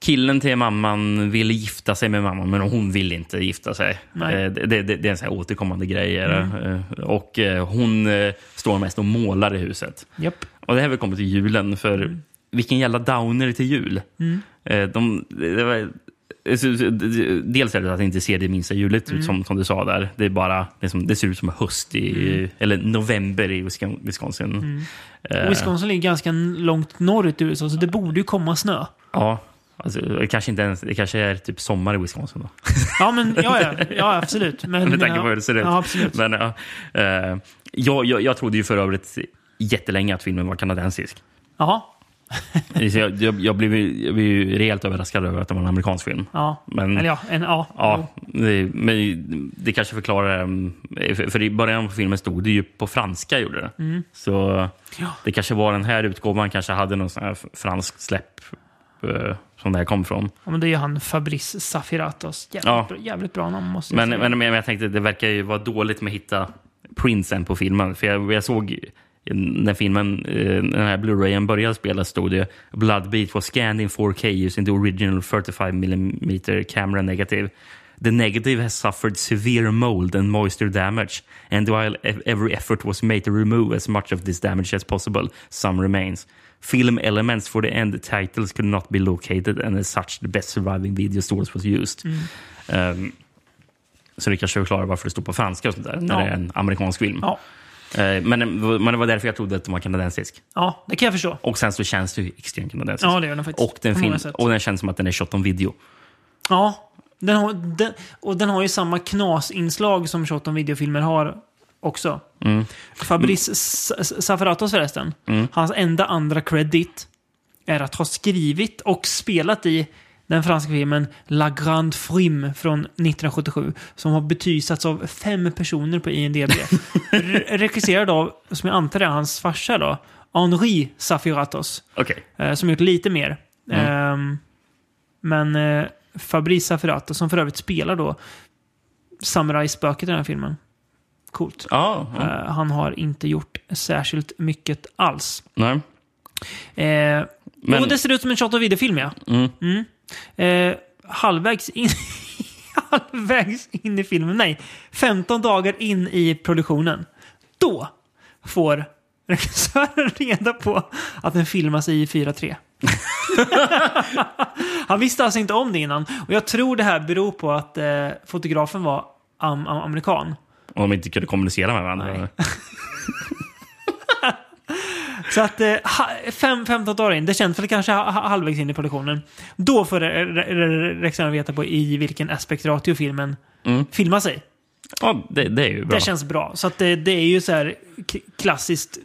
Speaker 1: killen till mamman ville gifta sig med mamman, men hon vill inte gifta sig.
Speaker 2: Nej.
Speaker 1: Eh, Det, det, det är en sån här återkommande grej. är det. Eh, Och eh, hon eh, står mest och målar i huset.
Speaker 2: Japp.
Speaker 1: Och det här vi kommer till julen, för
Speaker 2: Mm.
Speaker 1: vilken jävla downer till jul. Eh, de, det var, dels är det att det inte ser det minsta juligt
Speaker 2: Mm.
Speaker 1: ut, som, som du sa där. Det, är bara, liksom, det ser ut som höst, i,
Speaker 2: Mm.
Speaker 1: eller november i Wiscon- Wisconsin. Eh,
Speaker 2: Wisconsin ligger ganska n- långt norrut i USA, så det borde ju komma snö.
Speaker 1: Ja. Alltså, det, kanske inte ens, det kanske är typ sommar i Wisconsin då.
Speaker 2: Ja, men ja, ja, ja absolut. Men,
Speaker 1: Med tanke
Speaker 2: ja,
Speaker 1: på hur det ser ut.
Speaker 2: Ja, absolut.
Speaker 1: Men, ja, eh, jag, jag, jag trodde ju för övrigt jättelänge att filmen var kanadensisk.
Speaker 2: Jaha.
Speaker 1: Så jag, jag, jag, blev, ju- jag blev ju rejält överraskad över att det var en amerikansk film.
Speaker 2: Ja.
Speaker 1: Men-
Speaker 2: Eller ja, en ja.
Speaker 1: Ja, det, men det kanske förklarar... mm, för- För i början på filmen stod det ju på franska. gjorde det. Så
Speaker 2: Ja.
Speaker 1: det kanske var den här utgåvan kanske hade någon sån här fransk släpp eh, som det här kom från.
Speaker 2: Ja, men det är ju han Fabrice Safiratos. Jävligt,
Speaker 1: Ja.
Speaker 2: bra, jävligt bra namn måste jag
Speaker 1: Men,
Speaker 2: säga.
Speaker 1: men, men jag tänkte det verkar ju vara dåligt med att hitta prinsen på filmen. För jag, jag såg när filmen, eh, när den här Blu-rayen började spelas stod det Bloodbeat was scanned in 4K using the original 35mm camera negative. The negative has suffered severe mold and moisture damage and while ev- every effort was made to remove as much of this damage as possible, some remains. Film elements for the end titles could not be located and as such the best surviving video source was used. Ehm, så det kanske förklarar varför det står på franska och sånt där, när
Speaker 2: Ja.
Speaker 1: det är en amerikansk film.
Speaker 2: Ja.
Speaker 1: Eh, Men, men det var därför jag trodde att den var kanadensisk.
Speaker 2: ja, det kan jag förstå.
Speaker 1: Och sen så känns det ju extremt kanadensisk.
Speaker 2: Ja, det gör den faktiskt.
Speaker 1: och, den
Speaker 2: På
Speaker 1: fin-
Speaker 2: många sätt.
Speaker 1: och den känns som att den är shot on video.
Speaker 2: Ja, den har, den, och den har ju samma knasinslag som Shot on videofilmer har också. Fabrice S- S- Safratos förresten, hans enda andra credit är att ha skrivit och spelat i den franska filmen La Grande Frime från 1977 som har betygsatts av fem personer på INDB. Re- regisserad av, som jag antar är hans farsa då, Henri Safiratos.
Speaker 1: Okej.
Speaker 2: Eh, som gjort lite mer. Ehm, men eh, Fabrice Safirato, som för övrigt spelar då samurajspöket i den här filmen. Coolt.
Speaker 1: Ja. ja.
Speaker 2: Eh, han har inte gjort särskilt mycket alls.
Speaker 1: Nej.
Speaker 2: Eh,
Speaker 1: Men-
Speaker 2: Och det ser ut som en shot of videofilm, ja. Mm. Eh, halvvägs in... halvvägs in i filmen, nej. 15 dagar in i produktionen. Då får regissören reda på att den filmas i 4.3. Han visste alltså inte om det innan. Och jag tror det här beror på att eh, fotografen var am- am- amerikan.
Speaker 1: Och de inte kunde kommunicera med varandra.
Speaker 2: Nej. Så att eh, ha- fem, 15 dagar in, det känns väl kanske ha- ha- halvvägs in i produktionen. Då får re- re- re- regissören veta på i vilken aspekt ratio filmen filmar sig.
Speaker 1: Mm. Ja, det, det är ju bra.
Speaker 2: Det känns bra. Så att eh, det, det är ju så här k- klassiskt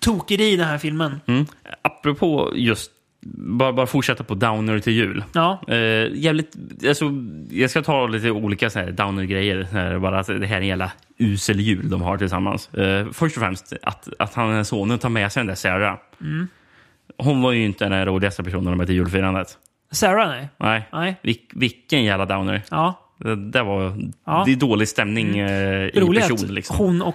Speaker 2: tokeri i den här filmen.
Speaker 1: Mm. Apropå just, bara, bara fortsätta på downer till jul.
Speaker 2: Ja.
Speaker 1: Eh, jävligt, alltså, jag ska ta lite olika så här downer-grejer. så här, Bara att det här är en jävla usel jul de har tillsammans. Eh, först och främst att, att han, den här sonen tar med sig den där Sarah.
Speaker 2: Mm.
Speaker 1: Hon var ju inte den här roligaste personen de mötte i julfirandet.
Speaker 2: Sarah, nej.
Speaker 1: Nej.
Speaker 2: Nej.
Speaker 1: Vil, vilken jävla downer.
Speaker 2: Ja.
Speaker 1: Det, det, var,
Speaker 2: Ja.
Speaker 1: det är dålig stämning eh, i
Speaker 2: Roligt att
Speaker 1: person. Liksom.
Speaker 2: hon och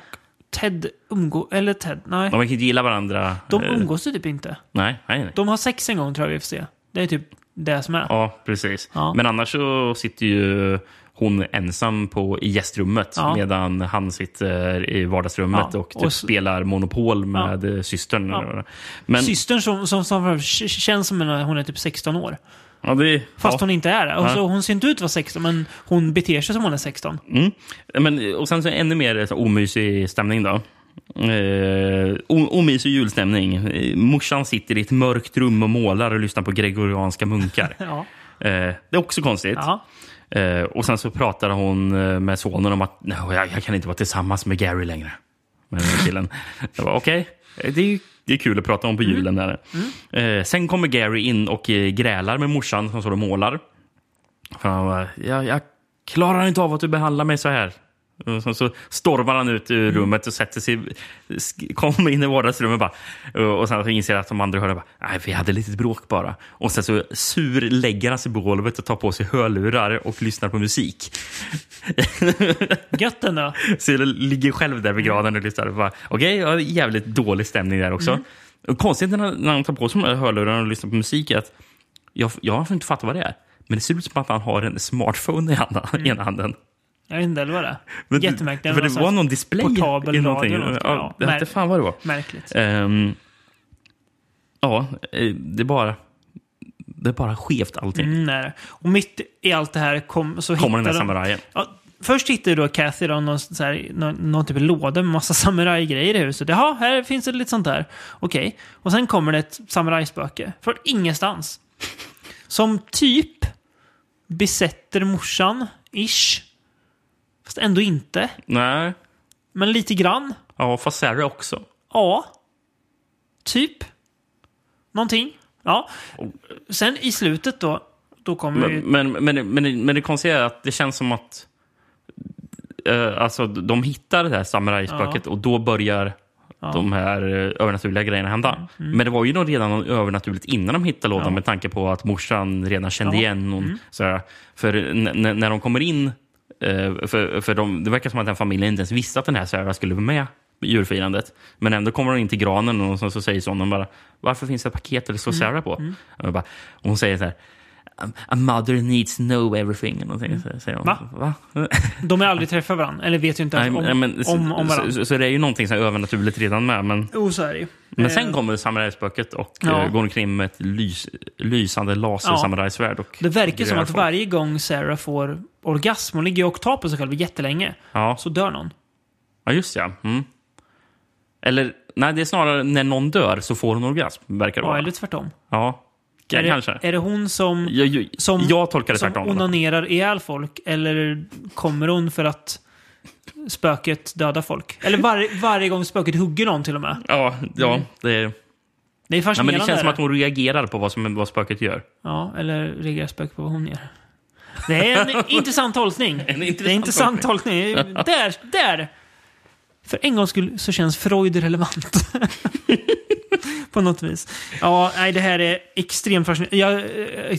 Speaker 2: Ted umgås, eller Ted, nej.
Speaker 1: De verkar inte gilla varandra.
Speaker 2: De
Speaker 1: Eh,
Speaker 2: umgås ju typ inte.
Speaker 1: Nej, nej, nej.
Speaker 2: De har sex en gång tror jag vi får se. Det är typ det som är.
Speaker 1: Ja, precis.
Speaker 2: Ja.
Speaker 1: Men annars så sitter ju hon ensam på, i gästrummet
Speaker 2: Ja.
Speaker 1: medan han sitter i vardagsrummet
Speaker 2: Ja,
Speaker 1: och typ
Speaker 2: och s-
Speaker 1: spelar Monopol med eh, systern.
Speaker 2: Ja.
Speaker 1: Men,
Speaker 2: Systern som, som, som k- känns som en, hon är typ 16 år.
Speaker 1: ja, det,
Speaker 2: Fast
Speaker 1: ja.
Speaker 2: hon inte är det. Och så,
Speaker 1: Nej.
Speaker 2: hon ser inte ut att vara 16, men hon beter sig som hon är 16.
Speaker 1: Mm. Men, och sen så ännu mer så, omysig stämning då. Eh, o- omysig julstämning. Eh, morsan sitter i ett mörkt rum och målar och lyssnar på gregorianska munkar.
Speaker 2: Ja.
Speaker 1: Eh, det är också konstigt.
Speaker 2: Ja.
Speaker 1: Eh, och sen så pratar hon eh, med sonen om att Nej, jag, jag kan inte vara tillsammans med Gary längre. Med den här killen. jag bara okej, Eh, det, är ju- det är kul att prata om på julen. Där. Eh, sen kommer Gary in och eh, grälar med morsan som står och målar. För han bara, jag, jag klarar inte av att du behandlar mig så här. Och sen så stormar han ut ur rummet och sätter sig, sk- kommer in i vardagsrummet bara. Och- Och sen så inser jag att de andra hör det bara, nej vi hade lite bråk bara. Och sen så sur lägger han sig på golvet och tar på sig hörlurar och lyssnar på musik.
Speaker 2: Gött ändå.
Speaker 1: Så jag ligger själv där vid graden och lyssnar. och bara, Okej, okay, jävligt dålig stämning där också. Och konstigt när, han- när han tar på sig de här hörlurarna och lyssnar på musik är att jag, jag har inte fattat vad det är. Men det ser ut som att han har en smartphone i handen, ena handen.
Speaker 2: Jag vet inte eller vad det
Speaker 1: Men
Speaker 2: är. Jättemärkligt. Alltså,
Speaker 1: För det var någon display
Speaker 2: portabel
Speaker 1: i
Speaker 2: radio
Speaker 1: någonting.
Speaker 2: eller någonting, ja.
Speaker 1: Ja, jag vet inte
Speaker 2: Märk-
Speaker 1: fan vad det var.
Speaker 2: Märkligt.
Speaker 1: Ehm, ja, eh, det är bara... Det är bara skevt allting.
Speaker 2: Mm, nej. Och mitt i allt det här kom, så
Speaker 1: Kommer den där
Speaker 2: hittar de-
Speaker 1: samurajen.
Speaker 2: Ja, först hittar ju då Kathy då någon, så här, någon, någon typ av låda med massa samurajgrejer i huset. Jaha, här finns det lite sånt där. Okej. Och sen kommer det ett samurajspöke. Från ingenstans. Som typ besätter morsan, ish. Fast ändå inte.
Speaker 1: Nej.
Speaker 2: Men lite grann.
Speaker 1: Ja, fast Sarah också.
Speaker 2: Ja. Typ. Någonting. Ja. Sen i slutet då, då kommer ju...
Speaker 1: Men, men, men, men, men det konstiga är att det känns som att... Eh, alltså, de hittar det här samurajspöket och då börjar de här eh, övernaturliga grejerna
Speaker 2: Mm.
Speaker 1: hända. Men det var ju nog redan något övernaturligt innan de hittade lådan med tanke på att morsan redan kände
Speaker 2: Ja. Mm.
Speaker 1: igen någon. Sådär. För n- n- när de kommer in... eh, för för de, det verkar som att den familjen inte ens visste att den här Sarah skulle vara med i julfirandet. Men ändå kommer de in till granen och så, så säger sonen bara Varför finns det ett paket där det står
Speaker 2: Mm.
Speaker 1: Sarah på? Och jag bara, och hon säger så här "A- A mother needs to know everything. eller Någonting, så säger hon.
Speaker 2: Mm. Va?
Speaker 1: Va?
Speaker 2: De har aldrig träffat varandra, eller vet ju inte ens
Speaker 1: Nej,
Speaker 2: om,
Speaker 1: men- men, så,
Speaker 2: om, om varandra.
Speaker 1: så, så, så det är ju någonting som är övernaturligt redan med. Men,
Speaker 2: Jo, så är det ju.
Speaker 1: men
Speaker 2: Eh,
Speaker 1: sen kommer samurajspöket och
Speaker 2: Ja.
Speaker 1: eh, går omkring med ett lys, lysande lasersamurajsvärd. och
Speaker 2: Det verkar som
Speaker 1: grönar
Speaker 2: att
Speaker 1: folk.
Speaker 2: varje gång Sarah får orgasm, hon ligger ju och tar på sig själv jättelänge,
Speaker 1: Ja.
Speaker 2: så dör någon.
Speaker 1: ja, just ja. Mm. Eller, nej, det är snarare när någon dör så får hon orgasm, verkar det
Speaker 2: Ja,
Speaker 1: vara.
Speaker 2: eller tvärtom.
Speaker 1: Ja, K-
Speaker 2: Är det,
Speaker 1: kanske.
Speaker 2: är det hon som,
Speaker 1: jag, jag,
Speaker 2: som,
Speaker 1: jag tolkar det
Speaker 2: som
Speaker 1: tvärtom.
Speaker 2: onanerar ihjäl folk, eller kommer hon för att spöket dödar folk? Eller varje, varje gång spöket hugger någon till och med.
Speaker 1: Ja, ja
Speaker 2: Mm. Det
Speaker 1: det,
Speaker 2: är
Speaker 1: ja, men
Speaker 2: fascinerande.
Speaker 1: det känns som
Speaker 2: är
Speaker 1: att hon reagerar på vad, som, vad spöket gör.
Speaker 2: Ja, eller reagerar spöket på vad hon gör. Det är en intressant tolkning. det är en intressant tolkning. Där, där! För en gångs skull så känns Freud relevant. på något vis. Ja, nej, det här är extremt fascinerande. Jag,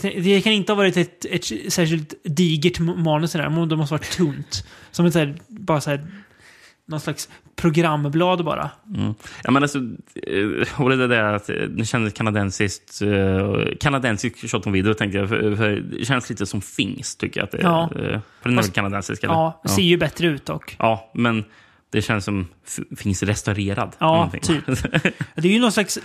Speaker 2: eh, det kan inte ha varit ett, ett särskilt digert manus i det här, men det måste ha varit tunt. Som ett så här, bara så här, någon slags programblad bara.
Speaker 1: Ja, men alltså, eh, och det där att eh, det kändes kanadensiskt, eh, kanadensisk shot on video tänkte jag, för, för det känns lite som finns tycker jag att det är.
Speaker 2: Ja.
Speaker 1: Eh, För den är väl kanadensisk? Eller?
Speaker 2: Ja, ser ju bättre ut dock.
Speaker 1: ja, men det känns som f- finns restaurerad.
Speaker 2: Ja,
Speaker 1: Någonting.
Speaker 2: typ. Det är ju någon slags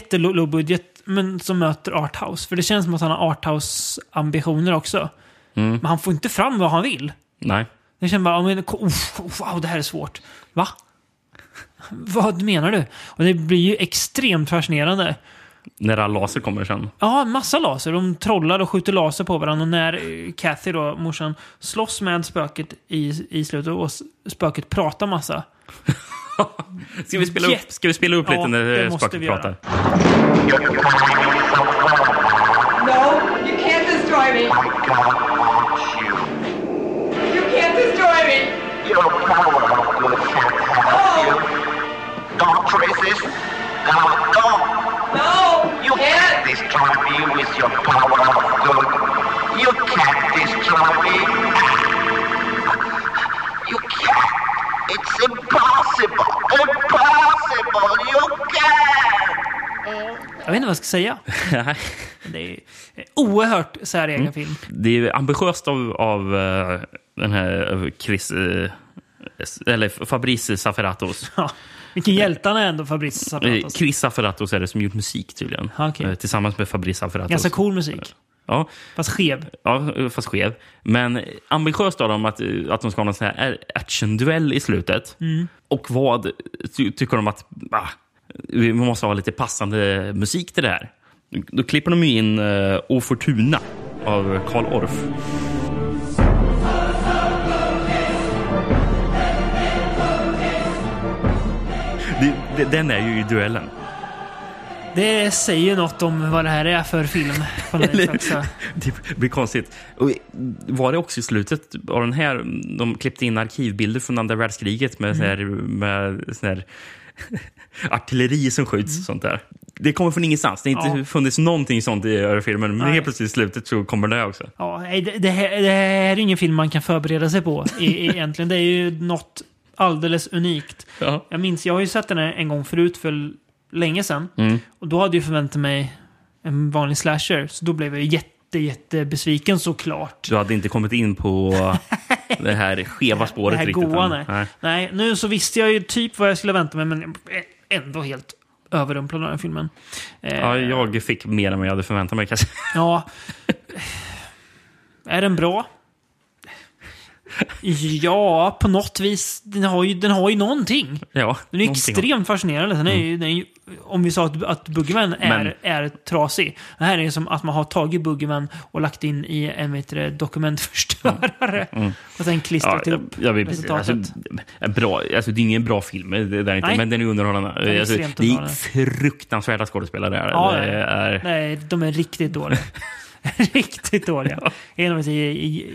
Speaker 2: jättelågbudget, men som möter arthouse. För det känns som att han har arthouse-ambitioner också. Men han får inte fram vad han vill.
Speaker 1: Nej.
Speaker 2: Jag känner bara, ja, men, ko- uff, uff, wow, det här är svårt. Va? Vad menar du? Och det blir ju extremt fascinerande.
Speaker 1: När all laser kommer sen.
Speaker 2: Ja, massa laser. De trollar och skjuter laser på varandra. Och när eh, Kathy, då, morsan, slåss med spöket i, i slutet och s- spöket pratar massa.
Speaker 1: Ska vi spela upp,
Speaker 2: Jätte-
Speaker 1: ska vi spela upp
Speaker 2: Ja,
Speaker 1: lite när
Speaker 2: det
Speaker 1: eh,
Speaker 2: måste
Speaker 1: spöket
Speaker 2: vi göra.
Speaker 1: pratar?
Speaker 7: No, you can't destroy me. You can't destroy me.
Speaker 8: Your power will can't help you. Don't resist. Now don't.
Speaker 7: No,
Speaker 8: You can't destroy me with your power of good. You can't destroy me. You can't. It's impossible. Impossible. You can't.
Speaker 2: Jag vet inte vad jag ska säga.
Speaker 1: Nej.
Speaker 2: Det är eh, oerhört säregen film.
Speaker 1: Det är ju ambitiöst av, av eh, den här eh, Chris... eh, s- eller Fabrice Safferatos.
Speaker 2: Ja. Vilken hjälte han är ändå, Fabrice
Speaker 1: Eh,
Speaker 2: Zappatos.
Speaker 1: Chris Safferatos är det som gjort musik tydligen.
Speaker 2: Ja, Ah, okej.
Speaker 1: Eh, Tillsammans med Fabrice Safferatos.
Speaker 2: Ganska cool musik.
Speaker 1: Ja,
Speaker 2: Fast skev.
Speaker 1: ja, eh, fast skev. Men eh, ambitiöst av dem att, eh, att de ska ha någon sån här action-duell i slutet.
Speaker 2: Mm.
Speaker 1: Och vad ty, tycker de att... Ah, vi måste ha lite passande musik till det här. Då klipper de ju in uh, O Fortuna av Karl Orff. Det, det, den är ju i duellen.
Speaker 2: Det säger något om vad det här är för film. På något
Speaker 1: Eller-
Speaker 2: sätt, så.
Speaker 1: Det blir konstigt. Och var det också i slutet av den här, de klippte in arkivbilder från andra världskriget
Speaker 2: Mm.
Speaker 1: med, sån här, med sån här artilleri som skjuts och sånt där. Det kommer från ingenstans. Det har inte
Speaker 2: Mm. Ja.
Speaker 1: funnits någonting sånt i öra filmen. Men
Speaker 2: Nej.
Speaker 1: helt plötsligt i slutet så kommer det också.
Speaker 2: Ja, nej, det, det, här, det här är ingen film man kan förbereda sig på e- e- egentligen. Det är ju något alldeles unikt.
Speaker 1: Ja.
Speaker 2: Jag minns, jag har ju sett den här en gång förut för l- länge sedan. Och då hade jag förväntat mig en vanlig slasher. Så då blev jag jätte, jätte besviken såklart.
Speaker 1: Du hade inte kommit in på det här skeva spåret
Speaker 2: det här
Speaker 1: riktigt.
Speaker 2: goa,
Speaker 1: än.
Speaker 2: nej. nej. nu så visste jag ju typ vad jag skulle vänta mig, men jag är ändå helt överrumplad av den här filmen. Eh,
Speaker 1: Ja, jag fick mer än vad jag hade förväntat mig. kanske.
Speaker 2: Ja. Är den bra? Ja, på något vis. Den har ju, den har ju någonting. Den
Speaker 1: Ja,
Speaker 2: är ju
Speaker 1: någonting. Mm.
Speaker 2: extremt fascinerande. Den är ju, den är ju, om vi sa att, att Boogieman är,
Speaker 1: Men-
Speaker 2: är trasig. Det här är som att man har tagit Boogieman och lagt in i en vet du, det, dokumentförstörare. Och sen klistrat
Speaker 1: Mm. Ja,
Speaker 2: ihop
Speaker 1: jag, jag vet precis. Alltså,
Speaker 2: resultatet.
Speaker 1: en bra, alltså, det är ingen bra film, det där är inte,
Speaker 2: Nej.
Speaker 1: men den är underhållande.
Speaker 2: är
Speaker 1: alltså,
Speaker 2: extremt
Speaker 1: det är
Speaker 2: underhållande.
Speaker 1: fruktansvärda skådespelare. Där.
Speaker 2: Ja,
Speaker 1: det
Speaker 2: ja.
Speaker 1: är,
Speaker 2: Nej, de är riktigt dåliga. riktigt dåliga. En av ett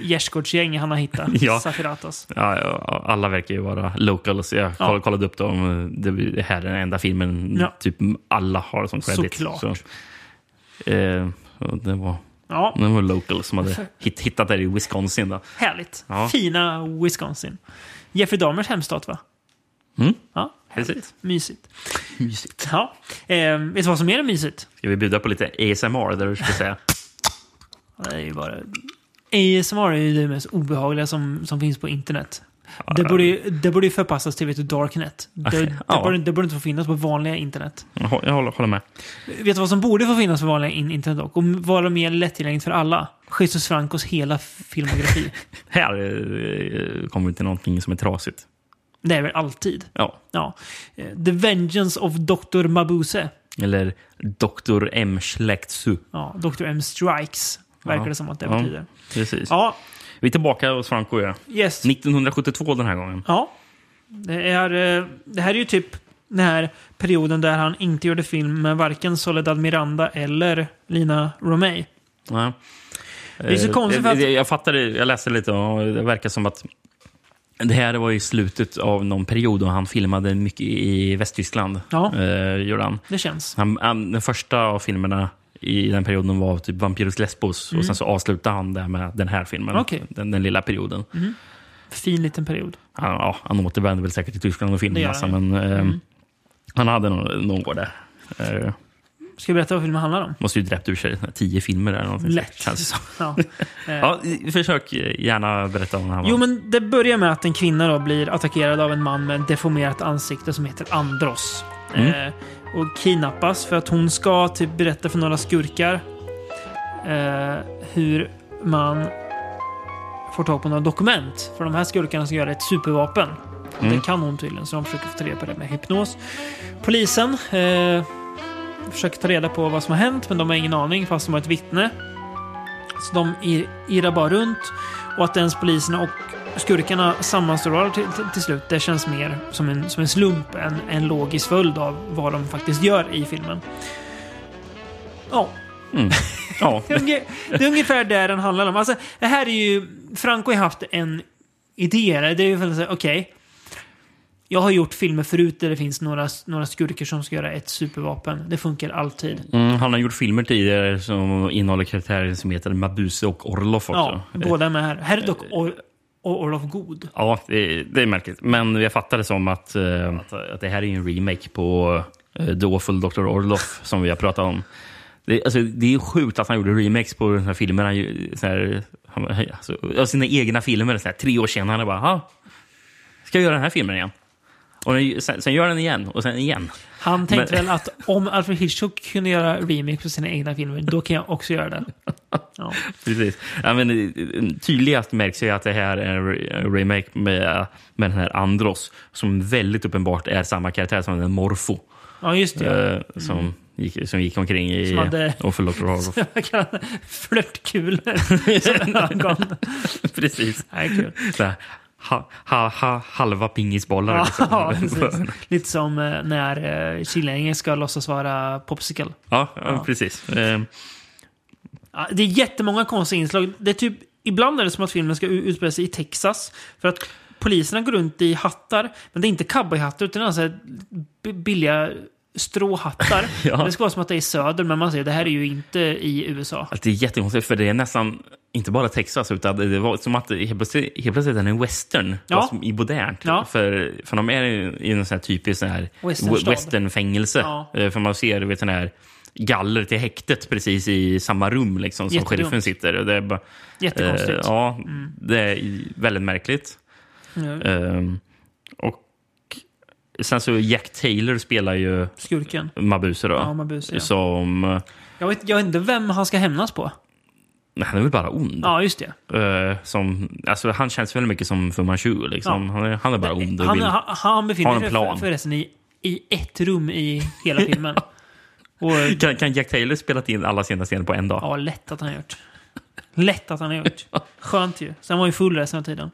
Speaker 2: gärdsgårdsgäng han har hittat.
Speaker 1: Ja.
Speaker 2: Safiratos.
Speaker 1: ja, ja, alla verkar ju vara locals. Jag
Speaker 2: Ja.
Speaker 1: koll- kollade upp dem. Det här är den enda filmen
Speaker 2: Ja.
Speaker 1: typ alla har som credit.
Speaker 2: Såklart.
Speaker 1: Så, eh, och det, var,
Speaker 2: Ja.
Speaker 1: det var locals som hade hitt, hittat det i Wisconsin. Då.
Speaker 2: Härligt.
Speaker 1: Ja.
Speaker 2: Fina Wisconsin. Jeffrey Dahmers hemstat, va?
Speaker 1: Mm.
Speaker 2: Ja,
Speaker 1: Precis.
Speaker 2: mysigt.
Speaker 1: Mysigt.
Speaker 2: Ja. Eh, vet du vad som mer är mysigt?
Speaker 1: Ska vi bjuda på lite ASMR? Där du ska säga.
Speaker 2: Ja, Det är ju bara... ASMR är ju det mest obehagliga som, som finns på internet. Det borde, ju- det borde ju förpassas till vet du, Darknet. Det, det,
Speaker 1: Ja.
Speaker 2: borde, det borde inte få finnas på vanliga internet.
Speaker 1: Jag hå- jag håller, håller med.
Speaker 2: Vet du vad som borde få finnas på vanliga in- internet dock? Och vara mer lättillgängligt för alla? Jesus Francos hela filmografi.
Speaker 1: Här eh, kommer vi till någonting som är trasigt.
Speaker 2: det är väl alltid.
Speaker 1: Ja.
Speaker 2: Ja. Eh, The Vengeance of Dr. Mabuse.
Speaker 1: Eller Dr. M. Schlechtsu.
Speaker 2: Ja, Dr. M Strikes verkar
Speaker 1: Ja.
Speaker 2: det som att det
Speaker 1: Ja.
Speaker 2: betyder.
Speaker 1: Precis.
Speaker 2: Ja,
Speaker 1: Vi är tillbaka hos Franco och jag.
Speaker 2: yes.
Speaker 1: 1972 den här gången.
Speaker 2: Ja. Det, är, eh, det här är ju typ den här perioden där han inte gjorde film med varken Soledad Miranda eller Lina Romay.
Speaker 1: Ja. Eh,
Speaker 2: är så konstigt för att-
Speaker 1: Jag fattade, jag läste lite och det verkar som att det här var i slutet av någon period och han filmade mycket i Västtyskland.
Speaker 2: Ja.
Speaker 1: Eh, gjorde han.
Speaker 2: Det känns.
Speaker 1: Han, han, den första av filmerna i den perioden var typ Vampyrus Lesbos och sen så avslutade han det med den här filmen.
Speaker 2: Mm. Okej.
Speaker 1: Den, den lilla perioden.
Speaker 2: Fin liten period.
Speaker 1: Han, ja, han återvände väl säkert till Tyskland och
Speaker 2: Det
Speaker 1: filmade
Speaker 2: gör
Speaker 1: massa,
Speaker 2: han ju. Mm.
Speaker 1: men eh, han hade nog nog år där. Eh,
Speaker 2: Ska jag berätta vad filmen handlar om?
Speaker 1: måste ju dräpt ur sig såna här tio filmer där. Någonting
Speaker 2: Lätt.
Speaker 1: Känns det som.
Speaker 2: Ja.
Speaker 1: Ja, i- försök eh, gärna berätta om han
Speaker 2: Jo, men det börjar med att en kvinna då blir attackerad av en man med en deformerat ansikte som heter Andros. Eh, och kidnappas för att hon ska typ berätta för några skurkar eh, hur man får tag på några dokument. För de här skurkarna ska göra ett supervapen. Och Det kan hon tydligen, så de försöker få ta reda på det med hypnos. Polisen eh, försöker ta reda på vad som har hänt, men de har ingen aning fast de har ett vittne. Så de ir- irrar bara runt och att ens poliserna och skurkarna sammanstrålar till, till, till slut, det känns mer som en, som en slump än en logisk följd av vad de faktiskt gör i filmen. Ja,
Speaker 1: Ja,
Speaker 2: det är, unge, det är ungefär där den handlar om. Alltså, det här är ju... Franco har haft en idé. eller Det är ju väl såhär, okej. jag har gjort filmer förut där det finns några, några skurkar som ska göra ett supervapen. Det funkar alltid.
Speaker 1: mm, han har gjort filmer tidigare som innehåller karaktärer som heter Mabuse och Orlof också.
Speaker 2: Ja, båda är med här. Här är dock Or- Or- Orlof God.
Speaker 1: Ja, det, det är märkligt. Men jag fattar det som att, eh, att, att det här är en remake på eh, The Awful Dr. Orloff som vi har pratat om. Det, alltså, det är sjukt att han gjorde remakes på den här filmen. Han, ju- så här, han, alltså, av sina egna filmer. Så här, tre år senare bara, "Ha, ska jag göra den här filmen igen? Och den, sen, sen gör den igen och sen igen.
Speaker 2: Han tänkte
Speaker 1: Men-
Speaker 2: väl att om Alfred Hitchcock kunde göra remake på sina egna filmer, då kan jag också göra det. Ja.
Speaker 1: Precis. Ja, men, eh, tydligast märks ju att det här är en re- en remake med, med den här Andros som väldigt uppenbart är samma karaktär som den Morfo
Speaker 2: ja, just det.
Speaker 1: eh, som, gick, som gick omkring i
Speaker 2: Som hade-
Speaker 1: Offer Locker Horror.
Speaker 2: Jag kallar det flörtkulor som ögon.
Speaker 1: Precis.
Speaker 2: Nej, kul.
Speaker 1: Så här, ha, ha, ha, halva pingisbollar.
Speaker 2: Ja,
Speaker 1: liksom.
Speaker 2: ja, precis. Lite som eh, när eh, Killinge ska låtsas vara Popsicle.
Speaker 1: Ja, ja, precis. Eh,
Speaker 2: Ja, det är jättemånga konstiga inslag. Det är typ, ibland är det som att filmen ska u- utspela sig i Texas. För att poliserna går runt i hattar, men det är inte cowboyhattar utan alltså b- billiga stråhattar.
Speaker 1: Ja.
Speaker 2: Det ska vara som att det är söder, men man ser det här är ju inte i USA.
Speaker 1: Att alltså, det är jättekonstigt, för det är nästan inte bara Texas, utan det var som att det helt plötsligt, helt plötsligt är det en western,
Speaker 2: Ja.
Speaker 1: fast i modernt.
Speaker 2: Ja
Speaker 1: För, för de är ju i en sån här typisk sån här
Speaker 2: Westernstad.
Speaker 1: westernfängelse.
Speaker 2: Ja.
Speaker 1: Eh, För man ser du vet, den här galler till häktet precis i samma rum liksom, som
Speaker 2: Jättedumt.
Speaker 1: sheriffen sitter. Och det är bara,
Speaker 2: Jättekonstigt.
Speaker 1: eh, ja, det är i- väldigt märkligt.
Speaker 2: Mm.
Speaker 1: Ehm, och sen så Jack Taylor spelar ju
Speaker 2: Skurken.
Speaker 1: Mabuse då.
Speaker 2: Ja, Mabuse, ja.
Speaker 1: Som, eh,
Speaker 2: Jag vet, jag vet inte vem han ska hämnas på.
Speaker 1: nej, han är väl bara ond?
Speaker 2: Ja, just det.
Speaker 1: Eh, som, alltså, han känns väldigt mycket som Fu Manchu. Liksom. Han, är, han är bara ond och
Speaker 2: Han,
Speaker 1: vill.
Speaker 2: han, han
Speaker 1: Har
Speaker 2: befinner
Speaker 1: en
Speaker 2: sig för,
Speaker 1: plan.
Speaker 2: förresten i, i ett rum i hela filmen. Och
Speaker 1: Kan, kan Jack Taylor spelat in alla sina scener på en dag?
Speaker 2: ja, lätt att han har gjort. Lätt att han har gjort. Skönt ju. Sen var han ju full resten av tiden.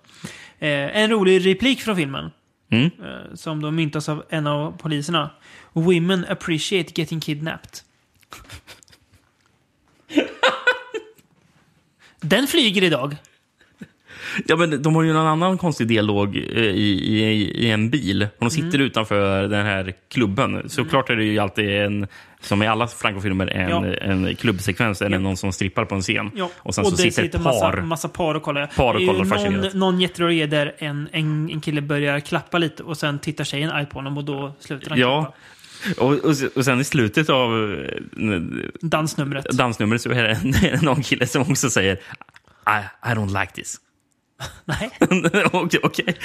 Speaker 2: Eh, en rolig replik från filmen.
Speaker 1: Mm.
Speaker 2: Eh, som då myntas av en av poliserna. Women appreciate getting kidnapped. Den flyger idag.
Speaker 1: Ja, men de har ju någon annan konstig dialog eh, i, i, i en bil. De
Speaker 2: Mm.
Speaker 1: sitter utanför den här klubben. Såklart är det ju alltid, en, som i alla Franco-filmer, en,
Speaker 2: Ja.
Speaker 1: en klubbsekvens eller någon som strippar på en scen.
Speaker 2: Ja.
Speaker 1: Och sen så
Speaker 2: det
Speaker 1: sitter ett
Speaker 2: sitter
Speaker 1: par.
Speaker 2: Massa, massa par och kollar.
Speaker 1: Par och
Speaker 2: Det är ju
Speaker 1: kollar fascinerat.
Speaker 2: någon, någon jätterörig är där en, en, en kille börjar klappa lite och sen tittar tjejen argt på honom och då slutar han
Speaker 1: Ja.
Speaker 2: klappa.
Speaker 1: Och, och, och sen i slutet av eh,
Speaker 2: Dansnumret.
Speaker 1: dansnumret så är det någon kille som också säger I, I don't like this.
Speaker 2: Nej.
Speaker 1: Okej, okej.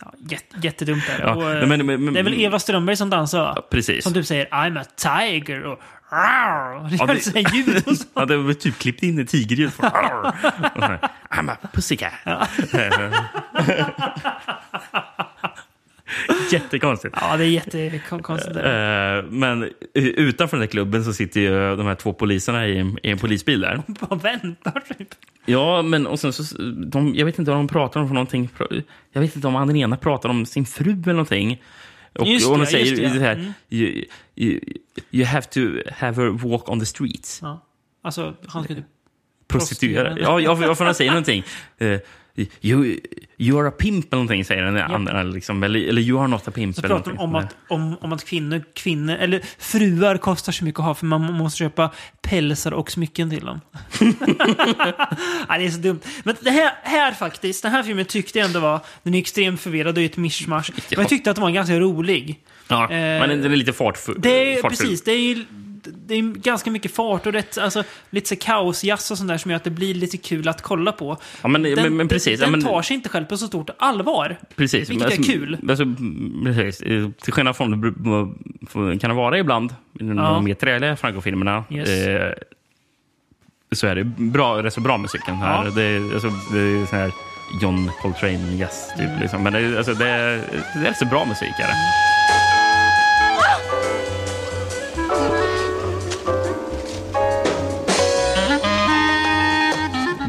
Speaker 2: Ja, jätt, jättedumt är det.
Speaker 1: Ja,
Speaker 2: Och, eh,
Speaker 1: men- men- men-
Speaker 2: det är väl Eva Strömberg som dansar va?
Speaker 1: Precis.
Speaker 2: Som typ säger I'm a tiger och Rar! Det
Speaker 1: Ja,
Speaker 2: är
Speaker 1: det-
Speaker 2: väl sådär ljud och så.
Speaker 1: Ja, det var typ klippt in i tigerljud. från- I'm a pussycat. Jättekonstigt.
Speaker 2: Ja, det är jättekonstigt. där.
Speaker 1: Eh, Men eh, utanför den där klubben så sitter ju de här två poliserna i en, i en polisbil där.
Speaker 2: Bara väntar typ.
Speaker 1: Ja, men och sen så, de, jag vet inte vad de pratar om för någonting. Jag vet inte om han den ena pratar om sin fru eller någonting. Och,
Speaker 2: Just det,
Speaker 1: och hon
Speaker 2: ja,
Speaker 1: säger
Speaker 2: just det, ja.
Speaker 1: så här,
Speaker 2: Mm.
Speaker 1: you, you, you have to have her walk on the streets.
Speaker 2: Ja. Alltså, han ska typ...
Speaker 1: Prostituerade.
Speaker 2: Prostituerade.
Speaker 1: Ja, jag, jag får nog säga någonting. Eh, you, you are a pimp eller någonting, säger den andra. Liksom, eller, eller you are not a pimp.
Speaker 2: Så
Speaker 1: eller
Speaker 2: pratar de om
Speaker 1: någonting.
Speaker 2: att, om, om att kvinnor, kvinnor, eller fruar kostar så mycket att ha för man måste köpa pälsar och smycken till dem. Nej, det är så dumt. Men det här, här faktiskt, den här filmen tyckte jag ändå var, den är extremt förvirrad och är ett mischmasch. Men jag tyckte att den var ganska rolig.
Speaker 1: Ja,
Speaker 2: eh,
Speaker 1: men den är lite fartfull.
Speaker 2: Det är,
Speaker 1: fartfull.
Speaker 2: precis, det är ju det är ganska mycket fart och rätt, alltså, lite så kaosjazz och sånt där som gör att det blir lite kul att kolla på.
Speaker 1: Ja, men-
Speaker 2: den,
Speaker 1: men- men precis, ja,
Speaker 2: Den, den
Speaker 1: men-
Speaker 2: tar sig inte själv på så stort allvar.
Speaker 1: Precis.
Speaker 2: Vilket är
Speaker 1: Alltså,
Speaker 2: kul.
Speaker 1: Alltså, mm, precis. Eh, Till skillnad från det br- kan det vara ibland i de
Speaker 2: Ja.
Speaker 1: mer träliga Franco-filmerna
Speaker 2: Yes.
Speaker 1: eh, så är det bra, rätt så bra musiken här.
Speaker 2: Ja.
Speaker 1: Det är, alltså, det är sån här John Coltrane jazz typ.
Speaker 2: Mm.
Speaker 1: Liksom. Men det är, alltså, det är, det är rätt så bra musik. Är det.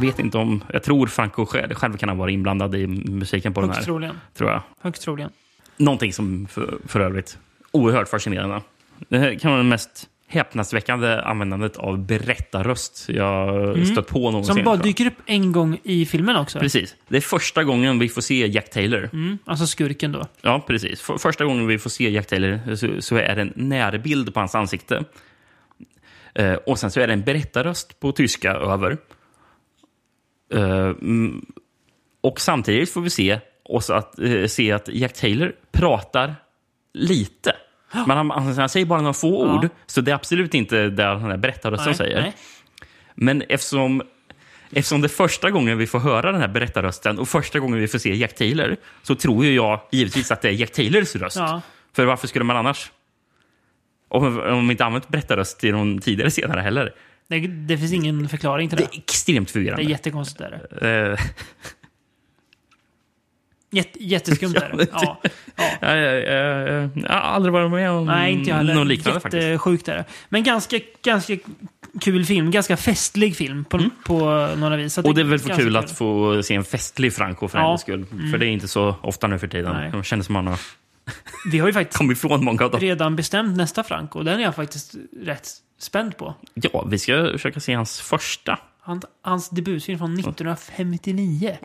Speaker 1: Vet inte om, jag tror Franco själv, själv kan ha varit inblandad i musiken på den
Speaker 2: Högst
Speaker 1: här.
Speaker 2: troligen.
Speaker 1: Tror jag.
Speaker 2: Högst troligen.
Speaker 1: Någonting som för, för övrigt oerhört fascinerande. Det här kan vara det mest häpnadsväckande användandet av berättarröst jag stött på någonsin.
Speaker 2: Mm. Som bara
Speaker 1: tror jag.
Speaker 2: dyker upp en gång i filmen också.
Speaker 1: Precis. Det är första gången vi får se Jack Taylor.
Speaker 2: Mm, alltså skurken då.
Speaker 1: Ja, precis. För, första gången vi får se Jack Taylor så, så är det en närbild på hans ansikte. Eh, och sen så är det en berättarröst på tyska över. Eh, mm, och samtidigt får vi se, oss att, eh, se att Jack Taylor pratar lite. Men han, han, han säger bara några få
Speaker 2: Ja.
Speaker 1: ord, så det är absolut inte det den här berättarrösten
Speaker 2: Nej,
Speaker 1: säger.
Speaker 2: nej.
Speaker 1: Men eftersom, eftersom det är första gången vi får höra den här berättarrösten och första gången vi får se Jack Taylor så tror ju jag givetvis att det är Jack Taylors röst.
Speaker 2: Ja.
Speaker 1: För varför skulle man annars? Om, om vi inte använt berättarröst i någon tidigare senare heller.
Speaker 2: Det, det finns ingen förklaring till
Speaker 1: Det
Speaker 2: det.
Speaker 1: är extremt
Speaker 2: Det
Speaker 1: förvirrande.
Speaker 2: är jättekonstigt. Där.
Speaker 1: Eh,
Speaker 2: Jätte, jätteskumt är det. Ja,
Speaker 1: typ.
Speaker 2: ja.
Speaker 1: jag, jag, jag, jag har aldrig varit med om
Speaker 2: Nej, inte jag heller.
Speaker 1: någon liknande faktiskt.
Speaker 2: Jättesjukt är det. Men ganska, ganska kul film. Ganska festlig film på, på några vis. Så att
Speaker 1: Mm. Och det är väl för
Speaker 2: ganska
Speaker 1: kul att få se en festlig Franco för
Speaker 2: Ja. Mm.
Speaker 1: hennes skull. För det är inte så ofta nu för
Speaker 2: Nej.
Speaker 1: tiden. Det känns som att han har
Speaker 2: Vi har ju faktiskt
Speaker 1: kommit ifrån många av dem.
Speaker 2: redan bestämt nästa Franco. Den är jag faktiskt rätt spänd på.
Speaker 1: Ja, vi ska försöka se hans första.
Speaker 2: Han, hans debutfilm från 1959.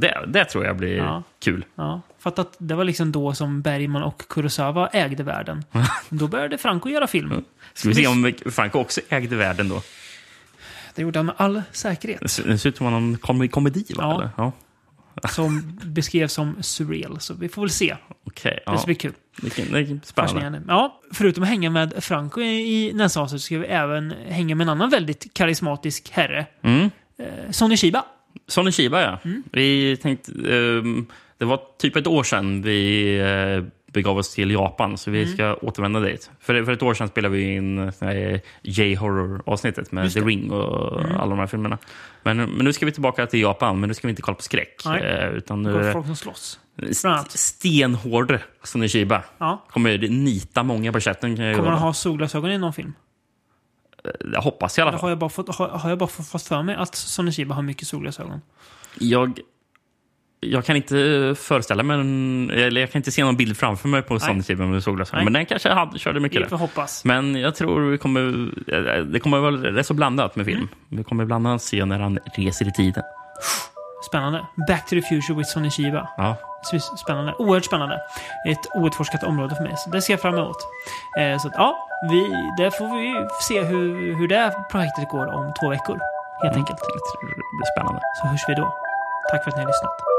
Speaker 1: Det, det tror jag blir
Speaker 2: Ja.
Speaker 1: kul.
Speaker 2: Ja, för att- att det var liksom då som Bergman och Kurosawa ägde världen. Då började Franco göra film.
Speaker 1: Ska vi se om Franco också ägde världen då?
Speaker 2: Det gjorde han med all säkerhet.
Speaker 1: Det ser det ser ut som någon kom komedi, va?
Speaker 2: Ja.
Speaker 1: Eller? Ja.
Speaker 2: Som beskrevs som surreal. Så vi får väl se.
Speaker 1: Okej.
Speaker 2: Det ska bli
Speaker 1: ja.
Speaker 2: kul.
Speaker 1: Det är- det är spännande.
Speaker 2: Fascinerande. Ja, förutom att hänga med Franco i, i nästa avsnitt så ska vi även hänga med en annan väldigt karismatisk herre.
Speaker 1: Mm.
Speaker 2: Eh, Sonny Shiba.
Speaker 1: Sonny Chiba, ja. Vi tänkte, ehm, det var typ ett år sedan vi eh, begav oss till Japan, så vi ska återvända dit. För, för ett år sedan spelade vi in eh, J-horror-avsnittet med The Ring och alla de här filmerna. Men, men nu ska vi tillbaka till Japan, men nu ska vi inte kolla på skräck.
Speaker 2: Nej.
Speaker 1: eh, utan nu,
Speaker 2: Och
Speaker 1: är det-
Speaker 2: folk som slåss.
Speaker 1: St-
Speaker 2: Bland annat.
Speaker 1: stenhård Sonny Chiba.
Speaker 2: Ja.
Speaker 1: Kommer nita många på chatten. Kan jag
Speaker 2: Kommer han
Speaker 1: lova.
Speaker 2: ha solglasögon i någon film?
Speaker 1: Jag hoppas i alla
Speaker 2: Eller
Speaker 1: fall.
Speaker 2: har jag bara fått, har, har jag bara fått för mig att Sonny Shiba har mycket solglasögon?
Speaker 1: Jag, jag kan inte föreställa mig, en, eller jag kan inte se någon bild framför mig på Sonny Chiba med solglasögon.
Speaker 2: Nej.
Speaker 1: Men den kanske hade, körde
Speaker 2: Vi
Speaker 1: mycket
Speaker 2: får
Speaker 1: där.
Speaker 2: hoppas.
Speaker 1: Men jag tror vi kommer, eh, det kommer vara rätt så blandat med
Speaker 2: Mm.
Speaker 1: film. Vi kommer bland annat se när han reser i tiden.
Speaker 2: Spännande. Back to the future with Sonny Shiba.
Speaker 1: Ja.
Speaker 2: S- Spännande. Oerhört spännande. Ett outforskat område för mig, så det ser jag fram emot. Eh, så att, ja, vi, där får vi se hur, hur det här projektet går om två veckor. Helt enkelt.
Speaker 1: Det blir spännande.
Speaker 2: Så hörs vi då. Tack för att ni har lyssnat.